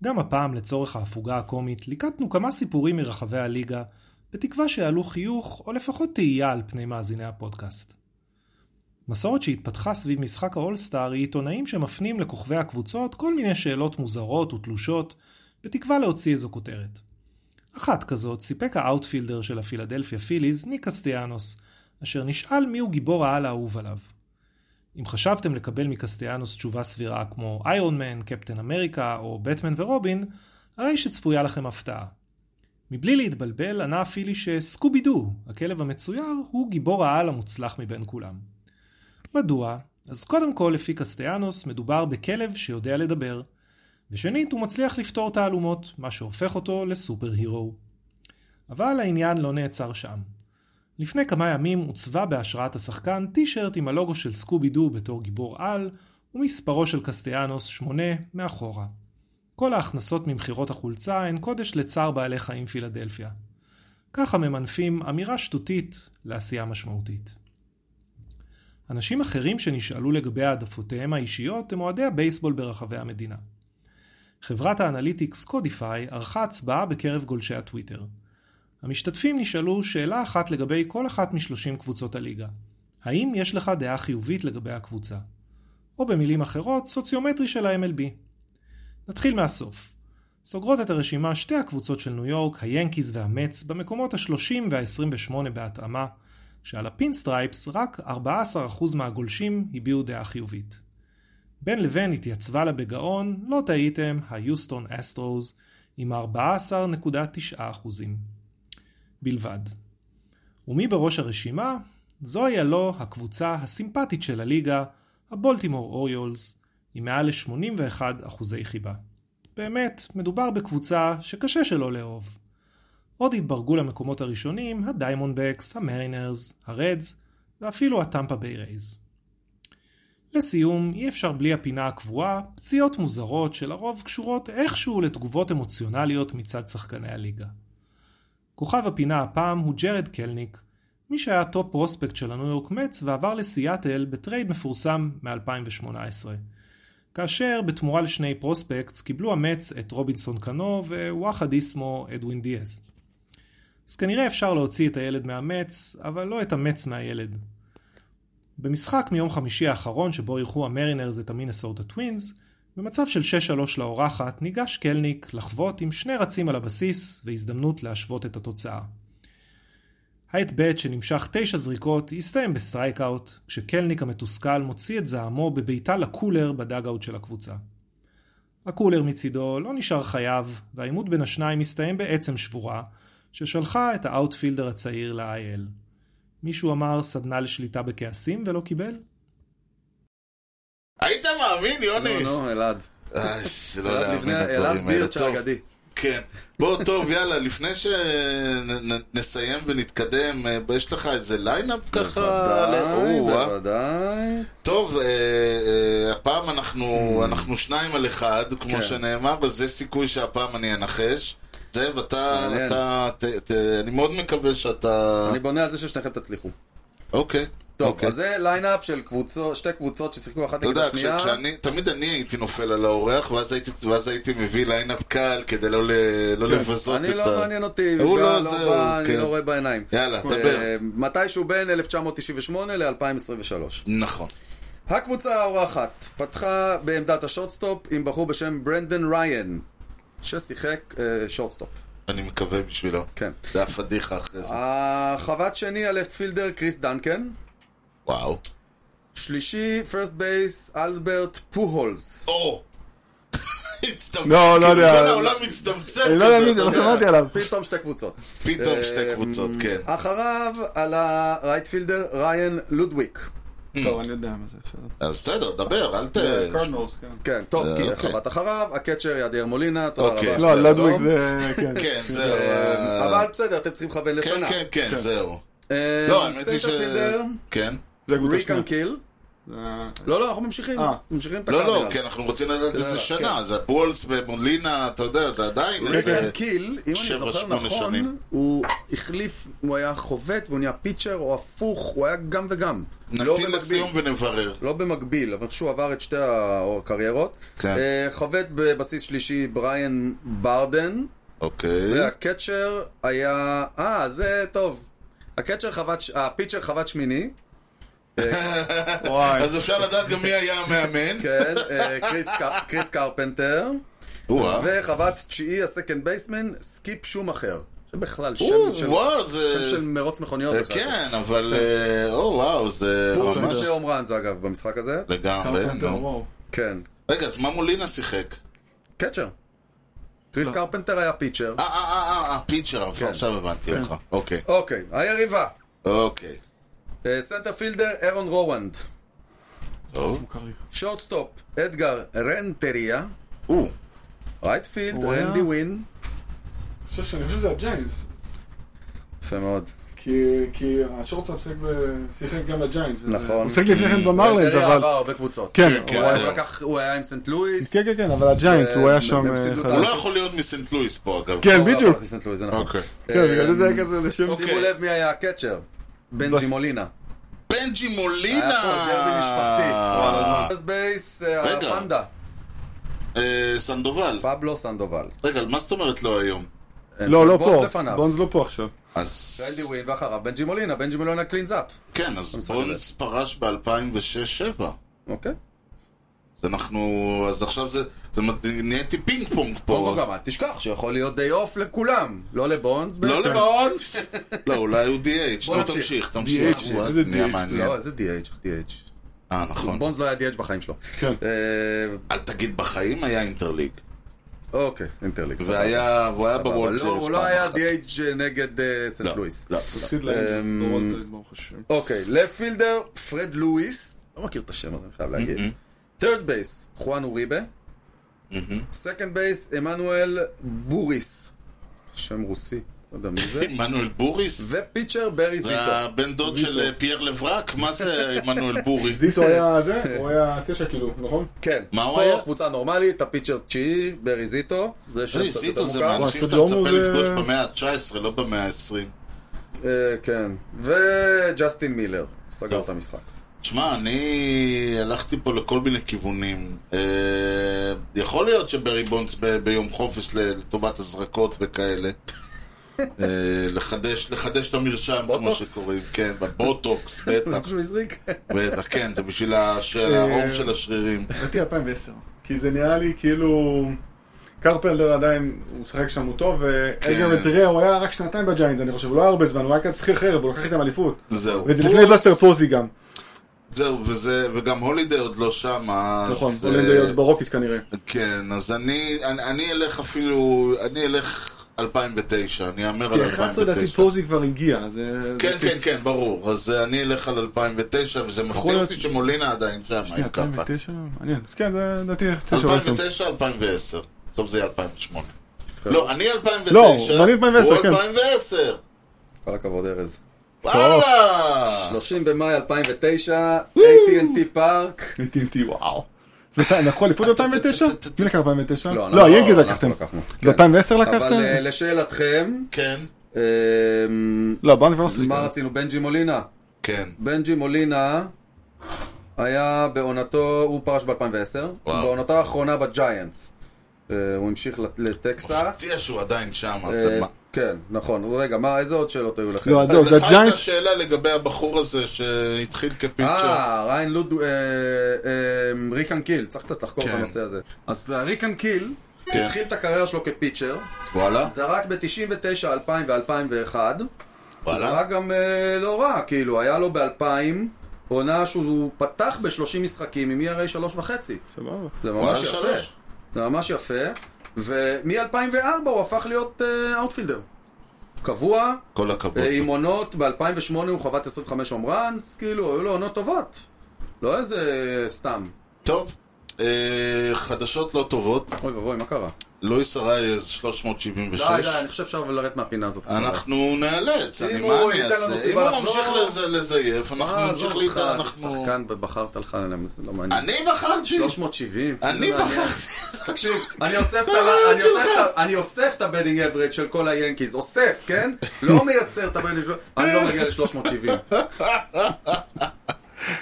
גם הפעם לצורך ההפוגה הקומית ליקטנו כמה סיפורים מרחבי הליגה, בתקווה שיעלו חיוך או לפחות תהייה על פני מאזיני הפודקאסט. מסורת שהתפתחה סביב משחק האולסטאר היא עיתונאים שמפנים לכוכבי הקבוצות כל מיני שאלות מוזרות ותלושות, בתקווה להוציא איזו כותרת. אחת כזאת סיפק האאוטפילדר של הפילדלפיה פיליז, ניק קסטיאנוס, אשר נשאל מיהו גיבור העל האהוב עליו. אם חשבתם לקבל מקסטיאנוס תשובה סבירה כמו איירון מן, קפטן אמריקה או בטמן ורובין, הרי שצפויה לכם הפתעה. מבלי להתבלבל ענה הפילי שסקובי דו, הכלב המצויר, הוא גיבור העל המוצלח מבין כולם. מדוע? אז קודם כל, לפי קסטיאנוס, מדובר בכלב שיודע לדבר, ושנית, הוא מצליח לפתור תעלומות, מה שהופך אותו לסופר הירו. אבל העניין לא נעצר שם. לפני כמה ימים עוצבה בהשראת השחקן טישרט עם הלוגו של סקובי דו בתור גיבור על, ומספרו של קסטיאנוס 8 מאחורה. כל ההכנסות ממכירות החולצה הן קודש לצער בעלי חיים פילדלפיה. ככה ממנפים אמירה שטותית לעשייה משמעותית. אנשים אחרים שנשאלו לגבי העדפותיהם האישיות הם אוהדי הבייסבול ברחבי המדינה. חברת האנליטיקס קודיפיי ערכה הצבעה בקרב גולשי הטוויטר. המשתתפים נשאלו שאלה אחת לגבי כל אחת משלושים קבוצות הליגה. האם יש לך דעה חיובית לגבי הקבוצה? או במילים אחרות, סוציומטרי של ה-MLB. נתחיל מהסוף. סוגרות את הרשימה שתי הקבוצות של ניו יורק, היאנקיז והמץ, במקומות ה-30 וה-28 בהתאמה, שעל הפינסטרייפס רק 14% מהגולשים הביעו דעה חיובית. בין לבין התייצבה לה בגאון, לא טעיתם, היוסטון אסטרוז, עם 14.9% בלבד. ומי בראש הרשימה? זוהי הלא הקבוצה הסימפטית של הליגה, הבולטימור אוריולס, עם מעל ל-81 אחוזי חיבה. באמת, מדובר בקבוצה שקשה שלא לאהוב. עוד התברגו למקומות הראשונים הדיימונדבקס, המרינרס, הרדס, ואפילו הטמפה ביי רייז. לסיום, אי אפשר בלי הפינה הקבועה, פציעות מוזרות שלרוב קשורות איכשהו לתגובות אמוציונליות מצד שחקני הליגה. כוכב הפינה הפעם הוא ג'רד קלניק, מי שהיה טופ פרוספקט של הניו יורק מצ ועבר לסיאטל בטרייד מפורסם מ-2018. כאשר בתמורה לשני פרוספקטס קיבלו המץ את רובינסון קנו ווואחד איסמו אדווין דיאז. אז כנראה אפשר להוציא את הילד מהמץ, אבל לא את המץ מהילד. במשחק מיום חמישי האחרון שבו אירחו המרינרס את המינסוטה טווינס, במצב של 6-3 לאורחת, ניגש קלניק לחבוט עם שני רצים על הבסיס והזדמנות להשוות את התוצאה. האט-בט שנמשך תשע זריקות הסתיים בסטרייקאוט, כשקלניק המתוסכל מוציא את זעמו בביתה לקולר בדאגאוט של הקבוצה. הקולר מצידו לא נשאר חייב, והעימות בין השניים הסתיים בעצם שבורה, ששלחה את האאוטפילדר הצעיר ל-IL. מישהו אמר סדנה לשליטה בכעסים ולא קיבל? היית מאמין, נו, יוני? נו, לא, אלעד. איי, זה לא אלעד להאמין לבני- אלעד הדברים האלה. בירצ'ה טוב, האגדי. כן. בוא, טוב, יאללה, לפני שנסיים ונתקדם, אה, יש לך איזה ליינאפ ככה? בוודאי, לאו, אה? בוודאי. טוב, אה, אה, הפעם אנחנו אנחנו שניים על אחד, כמו Hmm. כן. שנאמר, אז זה סיכוי שהפעם אני אנחש. זאב, אתה, מעניין. אתה- ת- ת- אני מאוד מקווה שאתה... אני בונה על זה ששניכם תצליחו. אוקיי. טוב, אוקיי. אז זה ליינאפ של קבוצות, שתי קבוצות ששיחקו אחת אתה נגד יודע, השנייה. כשאני, תמיד אני הייתי נופל על האורח, ואז הייתי, ואז הייתי מביא ליינאפ קל כדי לא, ל, לא לבזות אני את לא מעניין אותי, הוא בא, לא, לא זהו, בא, כן. אני לא רואה בעיניים. יאללה, דבר. אה, מתישהו בין 1998 ל-2023. נכון. הקבוצה האורחת פתחה בעמדת השורטסטופ עם בחור בשם ברנדן ריין, ששיחק אה, שורטסטופ. אני מקווה בשבילו. כן. זה היה פדיחה אחרי זה. החוות שני הלפט פילדר קריס דנקן, וואו. שלישי פרסט בייס אלברט פוהולס. או! הצטמצם. כאילו לא, לא יודע. כל העולם מצטמצם כזה. אני לא יודע מי אתה זה, לא יודע. שמעתי עליו. פתאום שתי קבוצות. פתאום שתי קבוצות, כן. אה, אחריו עלה רייטפילדר ריין לודוויק. טוב, אני יודע מה זה, בסדר. אז בסדר, דבר, אל ת... קרדינלס, כן. כן, טוב, אה, תהיה אוקיי. חוות אחריו, הקצ'ר ידיאר מולינה, תודה אוקיי. רבה. לא, בסדר, לדוויג לא? זה, כן. כן, זהו. אה, אה, אבל בסדר, אתם צריכים לכוון כן, לשנה. כן, כן, זהו. אה, לא, האמת היא ש... סנטרפילדר, כן. זה קבוצה ריק שנייה. אנד קיל. זה- לא, לא, אנחנו ממשיכים. אה. ממשיכים את לא, לא, הקרדינלס. כי אנחנו רוצים לדעת איזה כן. שנה. זה פולס ומולינה, אתה יודע, זה עדיין ריק איזה... אנד קיל, אם אני שבע, זוכר שמונה נכון, שנים. הוא החליף, הוא היה חובט והוא נהיה פיצ'ר או הפוך, הוא היה גם וגם. לא נמתין במקביל. לסיום ונברר. לא במקביל, אבל שהוא עבר את שתי הקריירות. כן. אה, חובט בבסיס שלישי בריאן ברדן. אוקיי. והקצ'ר היה... אה, זה טוב. הקצ'ר חוות... ש- הפיצ'ר חוות שמיני. וואי. אז אפשר לדעת גם מי היה המאמן. כן, אה, קריס ק- קריס קרפנטר. או-אה. וחוות תשיעי, הסקנד בייסמן, סקיפ שום אחר. שבכלל, שם או, של... וואו, שם זה... של מרוץ מכוניות. אה, בכלל. כן, אבל... אה, או, וואו, זה הוא ממש... לא. זה הום ראנז אגב במשחק הזה. לגמרי, קרפנטר, נו. וואו. כן. רגע, אז מה מולינה שיחק? קצ'ר. קריס לא. קרפנטר היה פיצ'ר. אה, אה, אה, אה, אה, כן. פיצ'ר, עכשיו הבנתי אותך. אוקיי, אוקיי, היריבה. אוקיי. אה, סנטרפילדר אירון רורנד. טוב. מוכר לי. שורטסטופ אדגר רנטריה. או, רייטפילד הוא היה- רנדי ווין. אני חושב שאני חושב שזה הג'יינס. יפה מאוד. כי- כי השורטסאפ שיחק ב- שיחק גם לג'יינס. וזה- נכון. הוא שיחק לפני כן במרלינס, אלדריה עבר אבל... הרבה קבוצות. כן, הוא כן, היה- כן. לקח- הוא היה עם סנט לואיס. כן, כן, כן, אבל הג'יינס, הוא היה שם... הם הפסידו אה, את הוא חזק. לא יכול להיות מסנט לואיס פה, אגב. כן, הוא לא בדיוק. הלך לסנט לואיס, זה נכון. אוקיי. אוקיי. כן, בגלל זה זה היה כזה לשם... שימו לב מי היה הקצ'ר. בנג'י מולינה. בנג'י היה מולינה! פה דרבי משפחתי. פרסט בייס, אה, לא. רגע. הפנדה. לא. אה, סנדובל. פבלו סנדובל. רגע, מה זאת אומרת לא היום? לא, לא אה, בונדס פה. לפניו. בונדס לא פה עכשיו. אז... רנדי ווין ואחריו בנג'י מולינה. בנג'י מולינה קלינזאפ. כן, אז המשחק בונדס פרש ב-2006-2007. אוקיי. אז אנחנו... אז עכשיו זה... זה מת- נהייתי פינג פונג קודם פה. כל גם אל תשכח שיכול להיות די אוף לכולם. לא לבונדס לא בעצם. לבונדס! לא, אולי הוא DH. בוא נו, תמשיך, נמשיך. תמשיך. DH, וואו, איזה זה נהיה DH? מעניין. לא, איזה DH, DH. אה, נכון. בונדס לא היה DH בחיים שלו. כן. אה, אל תגיד בחיים היה אינטרליג. אוקיי, אינטרליג. סבבה. והיה, והוא היה סבבה. בוולד לא, סיריס הוא פעם לא היה אחת. DH נגד אה, סנט לא, לואיס. לא, לא. הפסיד לאנג'לס, אמ, בוולדס, ברוך השם. אוקיי, לפט פילדר, פרד לואיס, לא מכיר את השם הזה, אני חייב להגיד. Mm-hmm. טרד בייס, חואן אוריבה. סקנד בייס, עמנואל בוריס. שם רוסי, לא יודע מי זה. עמנואל בוריס? ופיצ'ר ברי זיטו. זה הבן דוד של אה, פייר לברק? מה זה עמנואל בוריס? זיטו אה, היה זה, הוא היה תשע כאילו, נכון? כן. מה הוא פה היה? קבוצה נורמלית, הפיצ'ר תשיעי, ברי זיטו. זה שם תראי, קצת אה, זיטו יותר זה מוכר. מאנשים שאתה פשוט לא מצפה מוזה- לפגוש במאה ה-19, לא במאה ה-20. אה, כן. וג'סטין מילר, סגר את המשחק. תשמע, אני הלכתי פה לכל מיני כיוונים. אה, יכול להיות שברי בונדס ב- ביום חופש ל- לטובת הזרקות וכאלה. אה, לחדש, לחדש את המרשם, כמו בוטוקס? שקוראים, כן, בבוטוקס, בטח, מישהו הזריק? בטח, כן, זה בשביל הש- אה. האור של השרירים. לדעתי 2010. כי זה נראה לי כאילו... קרפלדר עדיין, הוא שיחק שם הוא טוב, כן. ואלגר מטריה, הוא היה רק שנתיים בג'יינס, אני חושב, הוא לא היה הרבה זמן, הוא היה כזה שכיר חרב, הוא לקח איתם אליפות. זהו. וזה לפני בסטר פוזי גם. זהו, וזה, וגם הולידי עוד לא שם, אז... נכון, אה, עולים להיות ברוקיס כנראה. כן, אז אני, אני, אני אלך אפילו, אני אלך 2009, אני אאמר על כי 11 דעתי 2009. פוזי כבר הגיע, אה, זה... כן, כן, כן, ברור. אז אה, אני אלך על 2009, וזה יכול מפתיע להיות- אותי שמולינה עדיין שם, אם ככה. 2009? מעניין. כן, זה לדעתי 2010. 2009, 2010. בסוף זה יהיה 2008. לא, אני 2009, לא, אבל אני 2010, כן. הוא 2010. כל הכבוד, ארז. וואלה! 30 במאי 2009, AT&T פארק. AT&T, וואו. זה מתי- נכון, לפחות 2009? מי לקח 2009? לא, לא, אנחנו- יגי זה אנחנו לקחתם. לקחנו, כן. לא, ב-2010 אבל לקחתם? אה, לשאלתכם, כן. אה, לא, באנו כבר לא עשיתי. אה? מה רצינו? בנג'י מולינה? כן. בנג'י מולינה היה בעונתו, הוא פרש ב-2010, וואו. בעונתו האחרונה בג'יינטס. אה, הוא המשיך לט- לטקסס. מפתיע שהוא עדיין שם, אז אה, מה? כן, נכון. אז רגע, מה, איזה עוד שאלות היו לכם? לא, אז זהו, אז זה לך הייתה הג'יינטס. שאלה לגבי הבחור הזה שהתחיל כפיצ'ר. אה, ריין לוד... אה, אה, ריקן קיל, צריך קצת לחקור את כן. הנושא הזה. אז ריקן קיל כן. התחיל את הקריירה שלו כפיצ'ר, וואלה, זרק ב-99, 2000 ו-2001. וואלה. זרק גם אה, לא רע, כאילו, היה לו ב-2000 עונה שהוא פתח ב-30 משחקים עם ERA שלוש וחצי. סבבה. זה וואלה ממש יפה. שלוש. זה ממש יפה. ומ-2004 הוא הפך להיות אה, אאוטפילדר. קבוע, כל הכבוד. אה, עם עונות, ב-2008 הוא חבט 25 הום ראנס, כאילו, היו לו עונות טובות. לא איזה סתם. טוב, אה, חדשות לא טובות. אוי ואבוי, מה קרה? לואיס ארייז די, 376. די, אני חושב שאפשר לרדת מהפינה הזאת. אנחנו נאלץ, אם אני הוא מה אני ייתן לנו אעשה? אם הוא סיבה לחזור- ממשיך לז- לזייף, אנחנו אה, עזוב נמשיך אותך, להתעלם, איזה אנחנו... שחקן בחרת לך עליהם, זה לא מעניין. אני בחרתי! 370. זה אני מעניין. בחרתי! תקשיב, אני אוסף את זה ה- אני הרעיון אוסף שלך. את ה- אני אוסף את הבדינג אברג' של כל היאנקיז, אוסף, כן? לא מייצר את הבדינג, אני לא מגיע ל-370.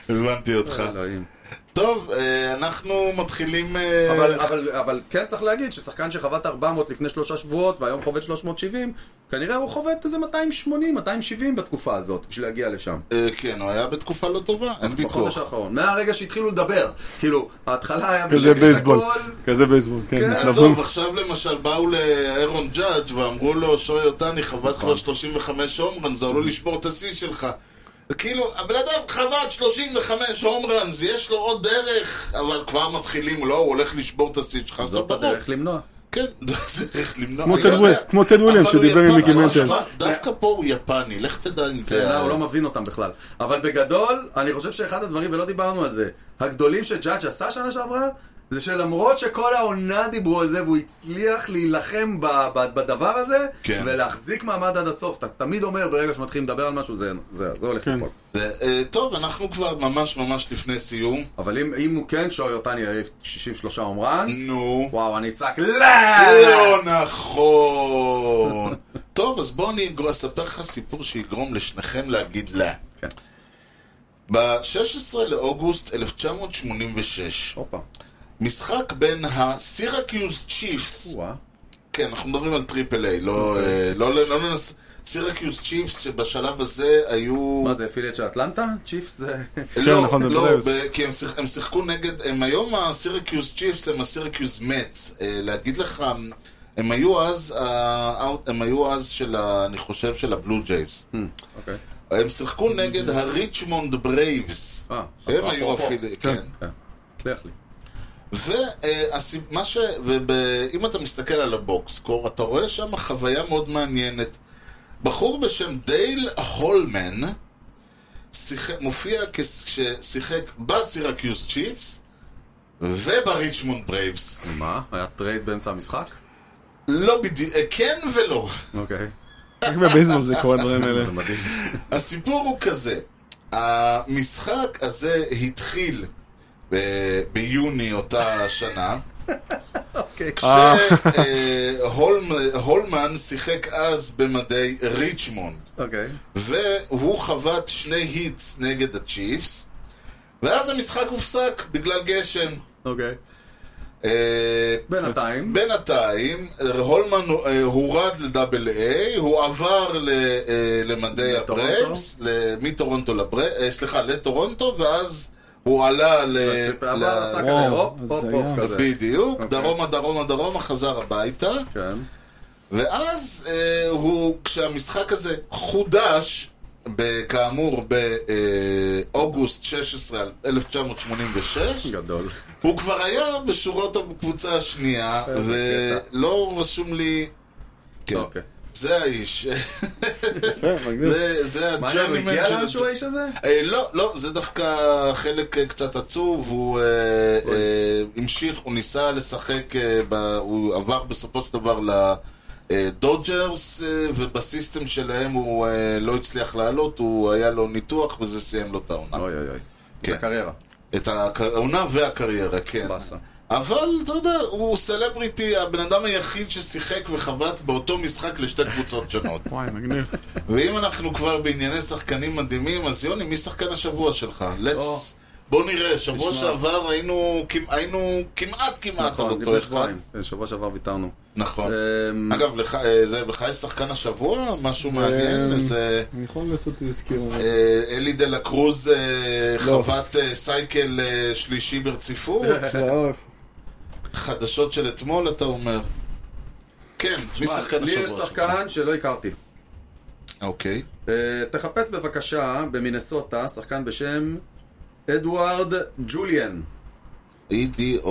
הבנתי אותך. אלוהים. טוב, אה, אנחנו מתחילים... אה, אבל, אבל, אבל כן צריך להגיד ששחקן שחבט 400 לפני שלושה שבועות והיום חובט 370, כנראה הוא חובט איזה 280, 270 בתקופה הזאת, בשביל להגיע לשם. אה, כן, הוא היה בתקופה לא טובה, אין ויכוח. בחודש האחרון, מהרגע שהתחילו לדבר. כאילו, ההתחלה היה כזה בשקט בייסבול. הכל. כזה בייסבול, כן. כן. אנחנו- עזוב, עכשיו למשל באו לאירון ג'אדג' ואמרו לו, שוי אותני, חבט נכון. כבר 35 הומרן, זה עלול לשבור את השיא שלך. כאילו, הבן אדם חבט 35 הומרנס, יש לו עוד דרך, אבל כבר מתחילים, לא, הוא הולך לשבור את השיא שלך, זה זאת לא ברור. הדרך למנוע. כן, זו הדרך למנוע. כמו אני לא טד יודע. וויל- כמו טד וויליאמס אבל הוא שדיבר עם יפני, מיקי אבל מנטל. שמע, דווקא פה הוא יפני, לך תדע אם אתה יודע, זה... הוא לא מבין אותם בכלל. אבל בגדול, אני חושב שאחד הדברים, ולא דיברנו על זה, הגדולים שג'אדג' עשה שנה שעברה, זה שלמרות שכל העונה דיברו על זה, והוא הצליח להילחם ב- ב- בדבר הזה, כן. ולהחזיק מעמד עד הסוף. אתה תמיד אומר, ברגע שמתחילים לדבר על משהו, זה זה- זה הולך כן. לפה. זה, אה, טוב, אנחנו כבר ממש ממש לפני סיום. אבל אם אם הוא כן שואל אותני, יעיף 63 אומרן, נו. וואו, אני אצעק, לא! לא נכון. טוב, אז בואו אני אגר- אספר לך סיפור שיגרום לשניכם להגיד לא. כן. ב-16 לאוגוסט 1986, הופה, משחק בין הסירקיוס צ'יפס, וואו. כן, אנחנו מדברים על טריפל איי, לא אה, לא- לא ננס... סירקיוס צ'יפס שבשלב הזה היו... מה זה, אפילייט של אטלנטה? צ'יפס זה... לא, נכון, זה לא, בלוז. ב- כי הם שיח- הם שיחקו נגד, הם היום הסירקיוס צ'יפס, הם הסירקיוס מצ. אה, להגיד לך, הם היו אז, אה, אאוט- הם היו אז של, ה- אני חושב, של הבלו ג'ייז. אוקיי. הם שיחקו נגד הריצ'מונד ברייבס. אה, הם אפרופו. היו אפילו, כן. כן, הצליח לי. ומה ש... ואם אתה מסתכל על הבוקסקור, אתה רואה שם חוויה מאוד מעניינת. בחור בשם דייל הולמן שיחק, מופיע כס- כששיחק בסירקיוס צ'יפס ובריצ'מונד ברייבס. מה? היה טרייד באמצע המשחק? לא בדיוק, אה, כן ולא. אוקיי. רק בבייסבול זה קורה הדברים האלה. זה מדהים. הסיפור הוא כזה, המשחק הזה התחיל ב- ביוני אותה שנה. כשהולמן אה, שיחק אז במדי ריצ'מונד, אוקיי. והוא חבט שני היטס נגד הצ'יפס, ואז המשחק הופסק בגלל גשם. אוקיי. אה, בינתיים. בינתיים, אה, הולמן אה, הורד לדאבל איי, הוא עבר ל- אה, למדי לטורונטו? הברייבס, ל- מטורונטו לברייבס, אה, סליחה, לטורונטו, ואז הוא עלה ל... אבל ל- עשה כזה וואו, הופ, הופ, הזיה. הופ כזה. בדיוק, אוקיי. דרומה, דרומה, דרומה, חזר הביתה. כן. ואז אה, הוא, כשהמשחק הזה חודש, ב- אה, כאמור באוגוסט 16, 1986, גדול. הוא כבר היה בשורות הקבוצה השנייה, איזה אה, קטע. ולא רשום לי... כן, אוקיי. זה האיש, יפה, מגניב. זה- זה מעניין, הוא הג'רנימן הגיע לאנשהו של... האיש הזה? אה, לא, לא, זה דווקא חלק אה, קצת עצוב, הוא אה, אה, המשיך, הוא ניסה לשחק, אה, ב, הוא עבר בסופו של דבר לדודג'רס, אה, ובסיסטם שלהם הוא אה, לא הצליח לעלות, הוא היה לו ניתוח וזה סיים לו את העונה. אוי אוי אוי. אה. כן. את הקריירה. את הק- העונה והקריירה, כן. באסה. אבל אתה יודע, הוא סלבריטי, הבן אדם היחיד ששיחק וחבט באותו משחק לשתי קבוצות שונות. וואי, מגניב. ואם אנחנו כבר בענייני שחקנים מדהימים, אז יוני, מי שחקן השבוע שלך? או. לטס... בוא נראה, שבוע נשמע. שעבר היינו כמ- היינו כמעט כמעט על נכון, אותו לפני אחד. שבועיים. כן, שבוע שעבר ויתרנו. נכון. אמ, אגב, לך, אה, זה, לך יש שחקן השבוע? אה, משהו מעניין? אמ, איזה... אני יכול לעשות סקירה. אה, אלי דה לה קרוז אה, לא. חוות אה, סייקל אה, שלישי ברציפות? חדשות של אתמול, אתה אומר. כן, מי שמע, שחקן לי השבוע? יש שחקן שלא הכרתי. שלך? אוקיי. אה, תחפש בבקשה במינסוטה שחקן בשם אדוארד ג'וליאן. E EDO.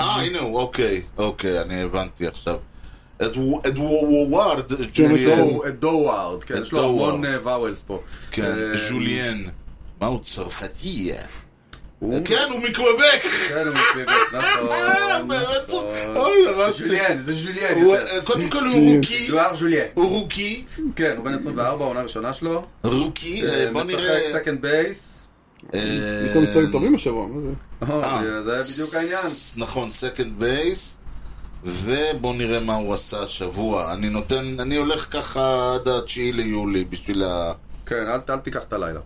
אה, הנה הוא, אוקיי. אוקיי, אני הבנתי עכשיו. אדוורד ג'וליאן. הוא אדוארד, כן, יש לו אדוארד. המון ואוולס פה. כן, אה, ג'וליאן. מה הוא צרפתי? הוא- כן, הוא מקוובק! כן, הוא מפיבק, אה, נכון. באמת? נכון. אוי, הרסתי. ג'וליאן, זה ג'וליאן. הוא, יותר. אה, קודם כל הוא רוקי. אדוארד ג'וליאן. הוא רוקי. כן, הוא בן 24, העונה הראשונה שלו. רוקי. אה, בוא נראה. משחק סקנד בייס. אה, יש לו מספרים טובים השבוע, מה זה? אה. זה בדיוק העניין. ס- נכון, סקנד בייס. ובוא נראה מה הוא עשה השבוע. אני נותן, אני הולך ככה עד התשיעי ליולי בשביל ה... כן, אל אל תיקח את הלילה.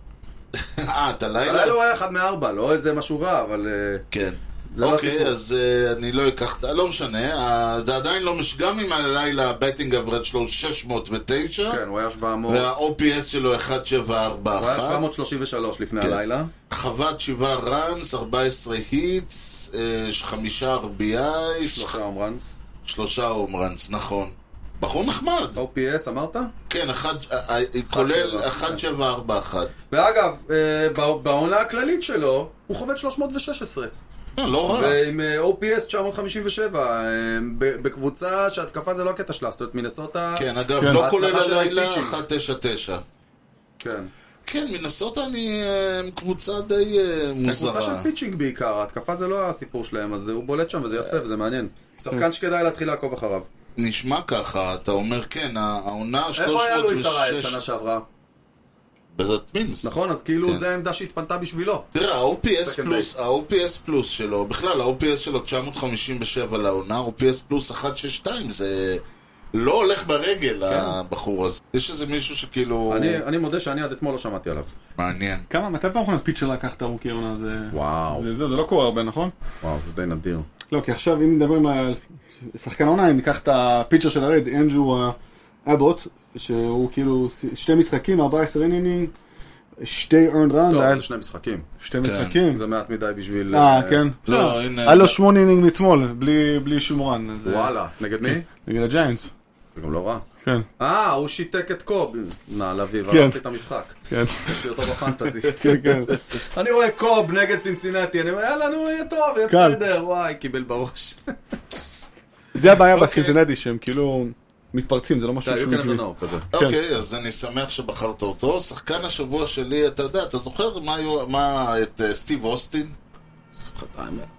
אה, את הלילה? הלילה הוא היה אחד מארבע, לא איזה משהו רע, אבל... אה, כן. זה לא אוקיי, הסיפור. אז אה, אני לא אקח, לא משנה, אה, זה עדיין לא מש... גם אם הלילה הבטינג אברד שלו 609, כן, הוא היה 700. וה-OPS שלו 1741. הוא היה 733 לפני אה. כן. הלילה. חוות שבעה ראנס, 14 היטס, אה, חמישה RBI, שלושה הומראנס. שלושה הום ראנס, נכון. בחור נחמד. OPS אמרת? כן, אחד, אה, אה, כולל אוקיי. שבע, כן. 1741. ואגב, אה, בע- בעונה הכללית שלו, הוא חובד 316. כן, לא רע. ועם אה, OPS 957, אה, ב- בקבוצה שהתקפה זה לא הקטע שלה, זאת אומרת מינסוטה... כן, אגב, כן, לא ההצלחה כולל של הלילה הפיצ'ינג. 199. כן. כן, מנסוטה אני אה, קבוצה די אה, קבוצה של מוזרה. פיצ'ינג בעיקר, ההתקפה זה לא הסיפור שלהם, אז הוא בולט שם וזה יפה וזה מעניין. שחקן שכדאי להתחיל לעקוב אחריו. נשמע ככה, אתה אומר, כן, העונה איפה היה לואיס ארייס 306... שנה שעברה? בזטמינס. נכון, אז כאילו כן. זה העמדה שהתפנתה בשבילו. תראה, ה-OPS Second פלוס, base. ה-OPS פלוס שלו, בכלל, ה-OPS שלו 957 לעונה, OPS פלוס 162, זה לא הולך ברגל, הבחור הזה. יש איזה מישהו שכאילו... כן. אני אני מודה שאני עד אתמול לא שמעתי עליו. מעניין. כמה, מתי פעם אחרונה פיצ'ר לקח את הרוקי עונה? זה- וואו, זה זה, זה לא קורה הרבה, נכון? וואו, זה די נדיר. לא, כי עכשיו אם מדברים על שחקן עונה, אם ניקח את הפיצ'ר של הרד, אנג'ו אבוט, שהוא כאילו שתי משחקים, 14 אינינג, שתי earned טוב, run, זה שני משחקים. שתי משחקים. זה מעט מדי בשביל... כן. אה, כן. לא, הנה. היה לו שמונה אינינג מאתמול, בלי- בלי שום רן. אז, אה, וואלה, נגד כן. מי? נגד הג'יינטס. זה גם לא רע. כן, אה, הוא שיתק את קוב. נעל אביב, כן. הרס לי את המשחק. כן, יש לי אותו בפנטזי. כן, כן. אני רואה קוב נגד סינסינטי, אני אומר, יאללה, נו, יהיה טוב, יהיה קל. בסדר. וואי, קיבל בראש. זה הבעיה בסינסינטי, שהם כאילו מתפרצים, זה לא משהו אוקיי. אתה, you שהוא can never know מקרי. כזה. אוקיי, אז אני שמח שבחרת אותו. שחקן השבוע שלי, אתה יודע, אתה זוכר מה היו- מה, את אה, סטיב אוסטין?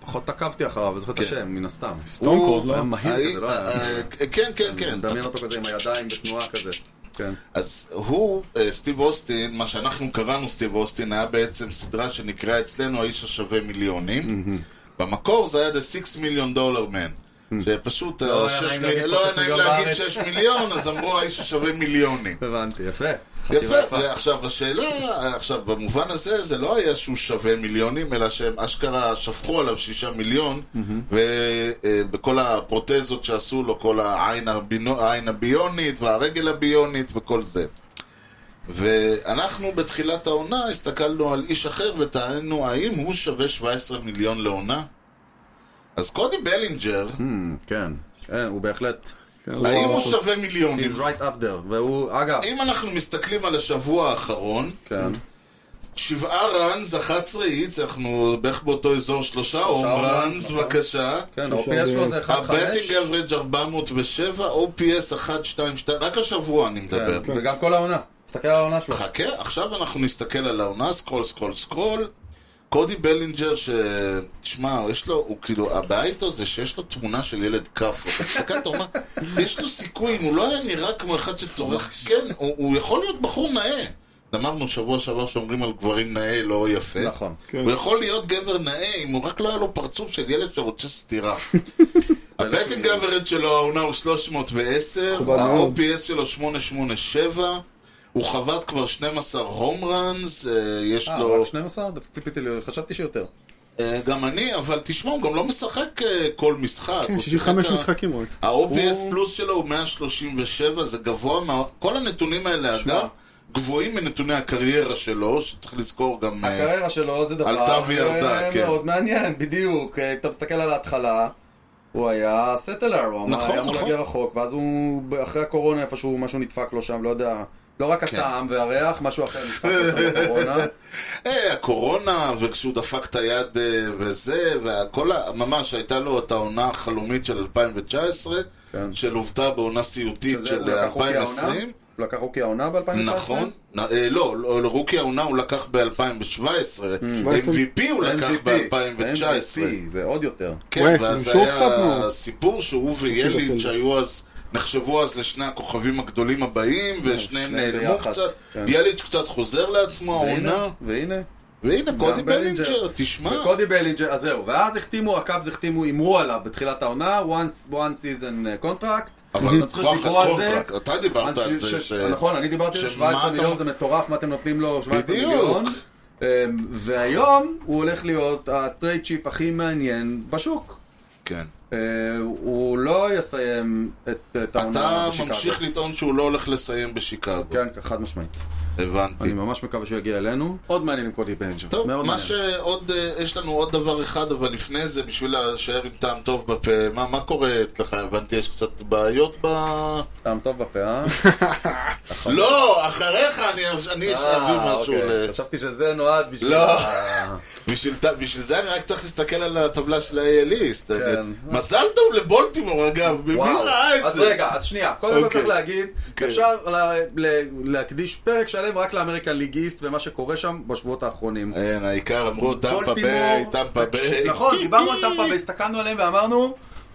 פחות עקבתי אחריו, אני זוכר את כן. השם, מן הסתם. סטון קולד, הוא לא? היה מהיר כזה, האם- לא היה... אה, אה, כן, כן, כן. מדמיין אותו כזה עם הידיים בתנועה כזה. כן. אז הוא, אה, סטיב אוסטין, מה שאנחנו קראנו סטיב אוסטין, היה בעצם סדרה שנקראה אצלנו האיש השווה מיליונים. במקור זה היה The 6 מיליון דולר מן. שפשוט, לא אה, היה שש נעים מיל- להגיד פה לא היה שש נעים מיליון להגיד בארץ. 6 מיליון, אז אמרו האיש השווה מיליונים. הבנתי, יפה. חשיבה יפה, ועכשיו השאלה, עכשיו במובן הזה זה לא היה שהוא שווה מיליונים, אלא שהם אשכרה שפכו עליו שישה מיליון, ובכל הפרוטזות שעשו לו, כל העין, הבינו, העין הביונית והרגל הביונית וכל זה. ואנחנו בתחילת העונה הסתכלנו על איש אחר וטענו האם הוא שווה 17 מיליון לעונה? אז קודי בלינג'ר, כן. כן, הוא בהחלט... כן, האם לא- הוא שווה מיליונים? He's right up there. והוא, אגב... אם אנחנו מסתכלים על השבוע האחרון, כן. שבעה ראנס, 11 איץ, אנחנו בערך באותו אזור, שלושה הום ראנס, בבקשה. כן, חושב ה-OPS שזה- שלו זה 1.5. הבטינג אברג' 407, OPS 122, רק השבוע אני מדבר. כן, וגם כל העונה. תסתכל על העונה שלו. חכה, עכשיו אנחנו נסתכל על העונה, סקרול, סקרול, סקרול. קודי בלינג'ר, ש... תשמע, יש לו, הוא כאילו, הבעיה איתו זה שיש לו תמונה של ילד כאפות. אתה מסתכל, אתה אומר, יש לו סיכוי, אם הוא לא היה נראה כמו אחד שצורך, כן, הוא, הוא יכול להיות בחור נאה. אמרנו שבוע שעבר שאומרים על גברים נאה לא יפה. נכון. כן. הוא יכול להיות גבר נאה אם הוא רק לא היה לו פרצוף של ילד שרוצה סטירה. הבטינג אברד שלו העונה הוא 310, מכובד מאוד. ה-OPS שלו 887, הוא חבט כבר 12 הום ראנס, יש אה, לו... רק 12? דווקא ציפיתי, ל- חשבתי שיותר. אה, גם אני, אבל תשמע, הוא גם לא משחק אה, כל משחק. הוא יש לי שיחק חמש ה- כן, משחקים רק. אה, ה-OPS הוא- פלוס שלו הוא 137, זה גבוה מאוד. כל הנתונים האלה, אגב, גבוהים מנתוני הקריירה שלו, שצריך לזכור גם... אה, הקריירה שלו זה דבר עלתה וירדה, אה, כן. מאוד מעניין, בדיוק. אה, אתה מסתכל על ההתחלה, הוא היה סטלר, הוא אמר, נכון, היה אמור נכון. להגיע רחוק, ואז הוא, אחרי הקורונה איפשהו, משהו נדפק לו שם, לא יודע. לא רק כן. הטעם והריח, משהו אחר נדפק לו שם בקורונה. אה, הקורונה, וכשהוא דפק את היד אה, וזה, וכל ה... ממש הייתה לו את העונה החלומית של 2019, כן. שלוותה בעונה סיוטית שזה, הוא של לקח רוקי העונה? 2020. הוא לקח רוקי העונה ב-2019? נכון. נ- אה, לא, לא, לא, רוקי העונה הוא לקח ב-2017, Hmm. MVP הוא לקח ב-2019. זה עוד יותר. כן, וואי, ואז זה שוב היה טבנו. סיפור שהוא ויליץ' כן. שהיו אז, נחשבו אז לשני הכוכבים הגדולים הבאים, ושניהם כן, שניהם נעלמו ביחד, קצת. כן. יליץ' קצת חוזר לעצמו, העונה. והנה, והנה. והנה, קודי בלינג'ר. בלינג'ר, תשמע. וקודי בלינג'ר, אז זהו. ואז החתימו, הקאבס החתימו, הימרו עליו בתחילת העונה, one, one season uh, contract. אבל אני צריך תחת שדיברו על זה. קונטרקט, אתה דיברת על אז זה. ש- ש- נכון, אני דיברתי על שמה 17 אתה- מיליון, זה מטורף מה אתם נותנים לו, 17 בדיוק. מיליון. אמ, והיום הוא הולך להיות הטרייד צ'יפ הכי מעניין בשוק. כן. אה, הוא לא יסיים את את העונה אתה בשיקגו. ממשיך לטעון שהוא לא הולך לסיים בשיקגו. כן, חד משמעית. הבנתי. אני ממש מקווה שהוא יגיע אלינו. עוד מעניין עם קודי בנג'ו. טוב, מאוד מה מעניין. שעוד, אה, יש לנו עוד דבר אחד, אבל לפני זה, בשביל להישאר עם טעם טוב בפה, מה מה קורה אצלך? הבנתי, יש קצת בעיות ב... טעם טוב בפה, אה? לא, אחריך אני אבש- אני אעביר אה, משהו אוקיי. ל... חשבתי שזה נועד בשביל... לא. ה- בשביל ת- בשביל זה אני רק צריך להסתכל על הטבלה של ה-ALיסט. כן. מזל טוב לבולטימור, אגב, מי וואו. ראה את אז זה? רגע, אז שנייה, קודם כל אוקיי. צריך להגיד, אפשר לה- ל- להקדיש פרק שלם רק לאמריקן ליג איסט ומה שקורה שם בשבועות האחרונים. אין, העיקר אמרו אה, טמפה ביי, בולטימור- טמפה ביי. נכון, דיברנו על טמפה ביי, הסתכלנו עליהם ואמרנו,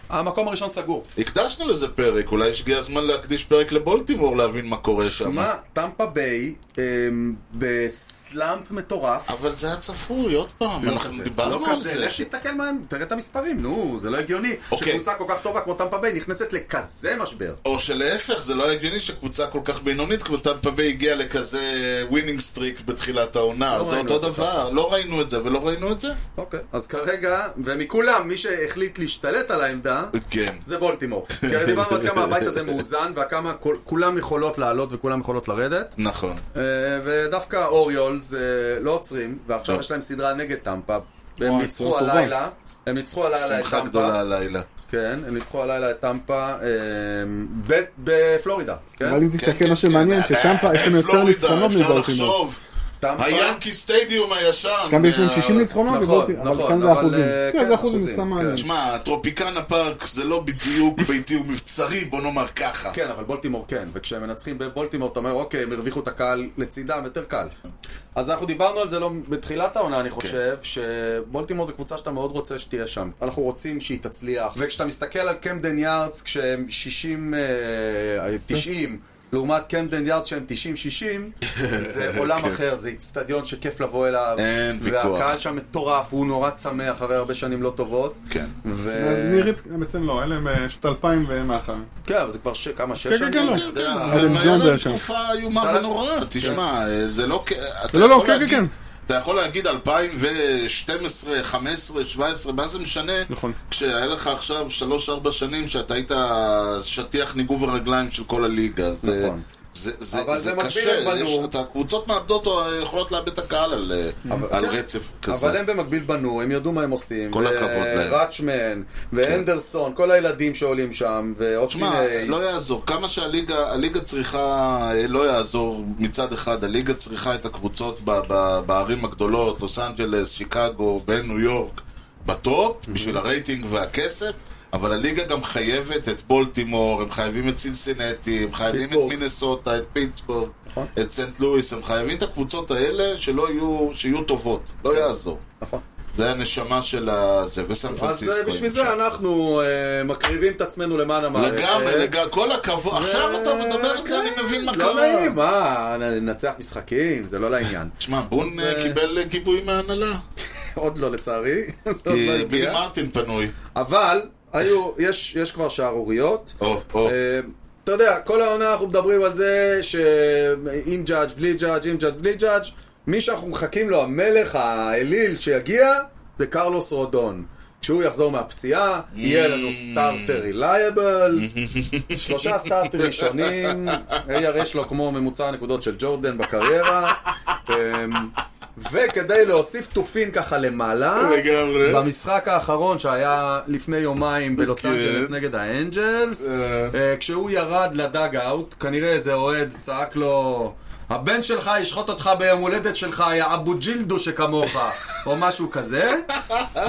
המקום הראשון סגור. הקדשנו לזה פרק, אולי הגיע הזמן להקדיש פרק לבולטימור להבין מה קורה שם. מה, טמפה ביי אמ, בסלאמפ מטורף. אבל זה היה צפוי, עוד פעם, לא אנחנו כזה, דיברנו לא על כזה, זה. לך תסתכל מה הם, תראה את המספרים, נו, זה לא הגיוני. אוקיי. שקבוצה כל כך טובה כמו טמפה ביי נכנסת לכזה משבר. או שלהפך, זה לא הגיוני שקבוצה כל כך בינונית כמו טמפה ביי הגיעה לכזה ווינינג סטריק בתחילת העונה. לא זה ראינו אותו את זה דבר, לא ראינו את זה ולא ראינו את זה? אוקיי. אז כרגע, ומכולם, מי שהחליט להשתלט על העמדה, כן. זה בולטימור. כי הרי דיברנו על כמה הבית הזה מאוזן, וכמה כל- כולם יכולות לעלות וכולם יכולות לרדת. נכון. אה, ודווקא אוריולס אה, לא עוצרים, ועכשיו טוב. יש להם סדרה נגד טמפה. והם וואי, ניצחו טוב, טוב. הלילה. הם ניצחו הלילה את שמחה טמפה. גדולה הלילה. כן, הם ניצחו הלילה את טמפה אה, ב- בפלורידה. כן? אה, אבל אם תסתכל מה כאילו שמעניין, שטמפה יש להם כן. יותר פלורידה, ניצחונות אפשר מבולטימור. לחשוב, טמפה- היאנקי סטדיום הישן. גם יש להם אה, 60 ניצחונות נכון, מבולטימור, אבל נכון, כאן זה אבל, אחוזים. אה, כן, כן, זה אחוזים, אחוזים, סתם כן. מעניין. תשמע, טרופיקנה פארק זה לא בדיוק ביתי ומבצרי, בוא נאמר ככה. כן, אבל בולטימור כן, וכשהם מנצחים בבולטימור, אתה אומר, אוקיי, הם הרוויחו את הקהל לצידם, יותר קל. אז אנחנו דיברנו על זה לא בתחילת העונה, כן. אני חושב, שבולטימור זו קבוצה שאתה מאוד רוצה שתהיה שם. אנחנו רוצים שהיא תצליח. וכשאתה מסתכל על קמדן יארדס, כשהם 60, אה, 90, לעומת קמדן יארדס שהם 90-60, זה עולם אחר, זה איצטדיון שכיף לבוא אליו. כן. אין ויכוח. והקהל שם מטורף, הוא נורא צמא אחרי הרבה שנים לא טובות. כן. ו... אז מירי, בעצם לא, אין להם אה, שנות 2000 ומאחר. כן, אבל זה כבר ש... כמה, שש כן, שנים? כן, לא. אתה יודע, כן, אדם אבל היה ג'ונס להם היה שם. כן. תקופה איומה ונוראה, תשמע, זה לא... כ- אתה לא, לא, יכול כן, כן, להגיד- כן. אתה יכול להגיד 2012, 15, 17, מה זה משנה? נכון. כשהיה לך עכשיו 3-4 שנים שאתה היית שטיח ניגוב הרגליים של כל הליגה. זה- נכון. זה, זה, אבל זה, זה מגביל את קשה, בנו. יש- אתה- הקבוצות מאבדות או יכולות לאבד את הקהל על, אה, על כן. רצף כזה. אבל הם במקביל בנו, הם ידעו מה הם עושים. כל הכבוד להם. וראצ'מן, ואנדרסון, כל הילדים שעולים שם, ואוסטין תשמע, אייס. אה, לא יעזור. כמה שהליגה הליגה צריכה, אה, לא יעזור מצד אחד, הליגה צריכה את הקבוצות ב, ב, בערים הגדולות, לוס אנג'לס, שיקגו, בניו יורק, בטופ, בשביל הרייטינג והכסף, אבל הליגה גם חייבת את בולטימור, הם חייבים את סינסינטי, הם חייבים פיטסבורג. את מינסוטה, את פיטסבורג, נכון. את סנט לואיס, הם חייבים את הקבוצות האלה שלא יהיו, שיהיו טובות, לא יעזור. כן. נכון. זה הנשמה של ה... זה בסן אז פרנסיסקו. אה, בשביל למשל. זה אנחנו אה, מקריבים את עצמנו למען המערכת. לגמרי, לגמרי, כל הכבוד. עכשיו אתה מדבר את זה, אני מבין מה אה, לא קרה. נעים, מה, ננצח משחקים, זה לא לעניין. תשמע, בון אז, אה, קיבל גיבוי מההנהלה. עוד לא לצערי, זה עוד כי לא בילי הגיע. מרטין פנוי. אבל, היו, יש יש כבר שערוריות. או, או. אה, אתה יודע, כל העונה אנחנו מדברים על זה שעם ג'אדג', בלי ג'אדג', עם ג'אדג', בלי ג'אדג', מי שאנחנו מחכים לו, המלך, האליל שיגיע, זה קרלוס רודון. כשהוא יחזור מהפציעה, יהיה לנו סטארטר רילייבל, שלושה סטארטר ראשונים, ARS לו כמו ממוצע הנקודות של ג'ורדן בקריירה, אמ, וכדי להוסיף תופין ככה למעלה, לגמרי. במשחק האחרון שהיה לפני יומיים בלוס כן. אנג'לס נגד האנג'לס, אה, כשהוא ירד לדאג אאוט, כנראה איזה אוהד צעק לו... הבן שלך ישחוט אותך ביום הולדת שלך, יא אבו ג'ילדו שכמוך, או משהו כזה,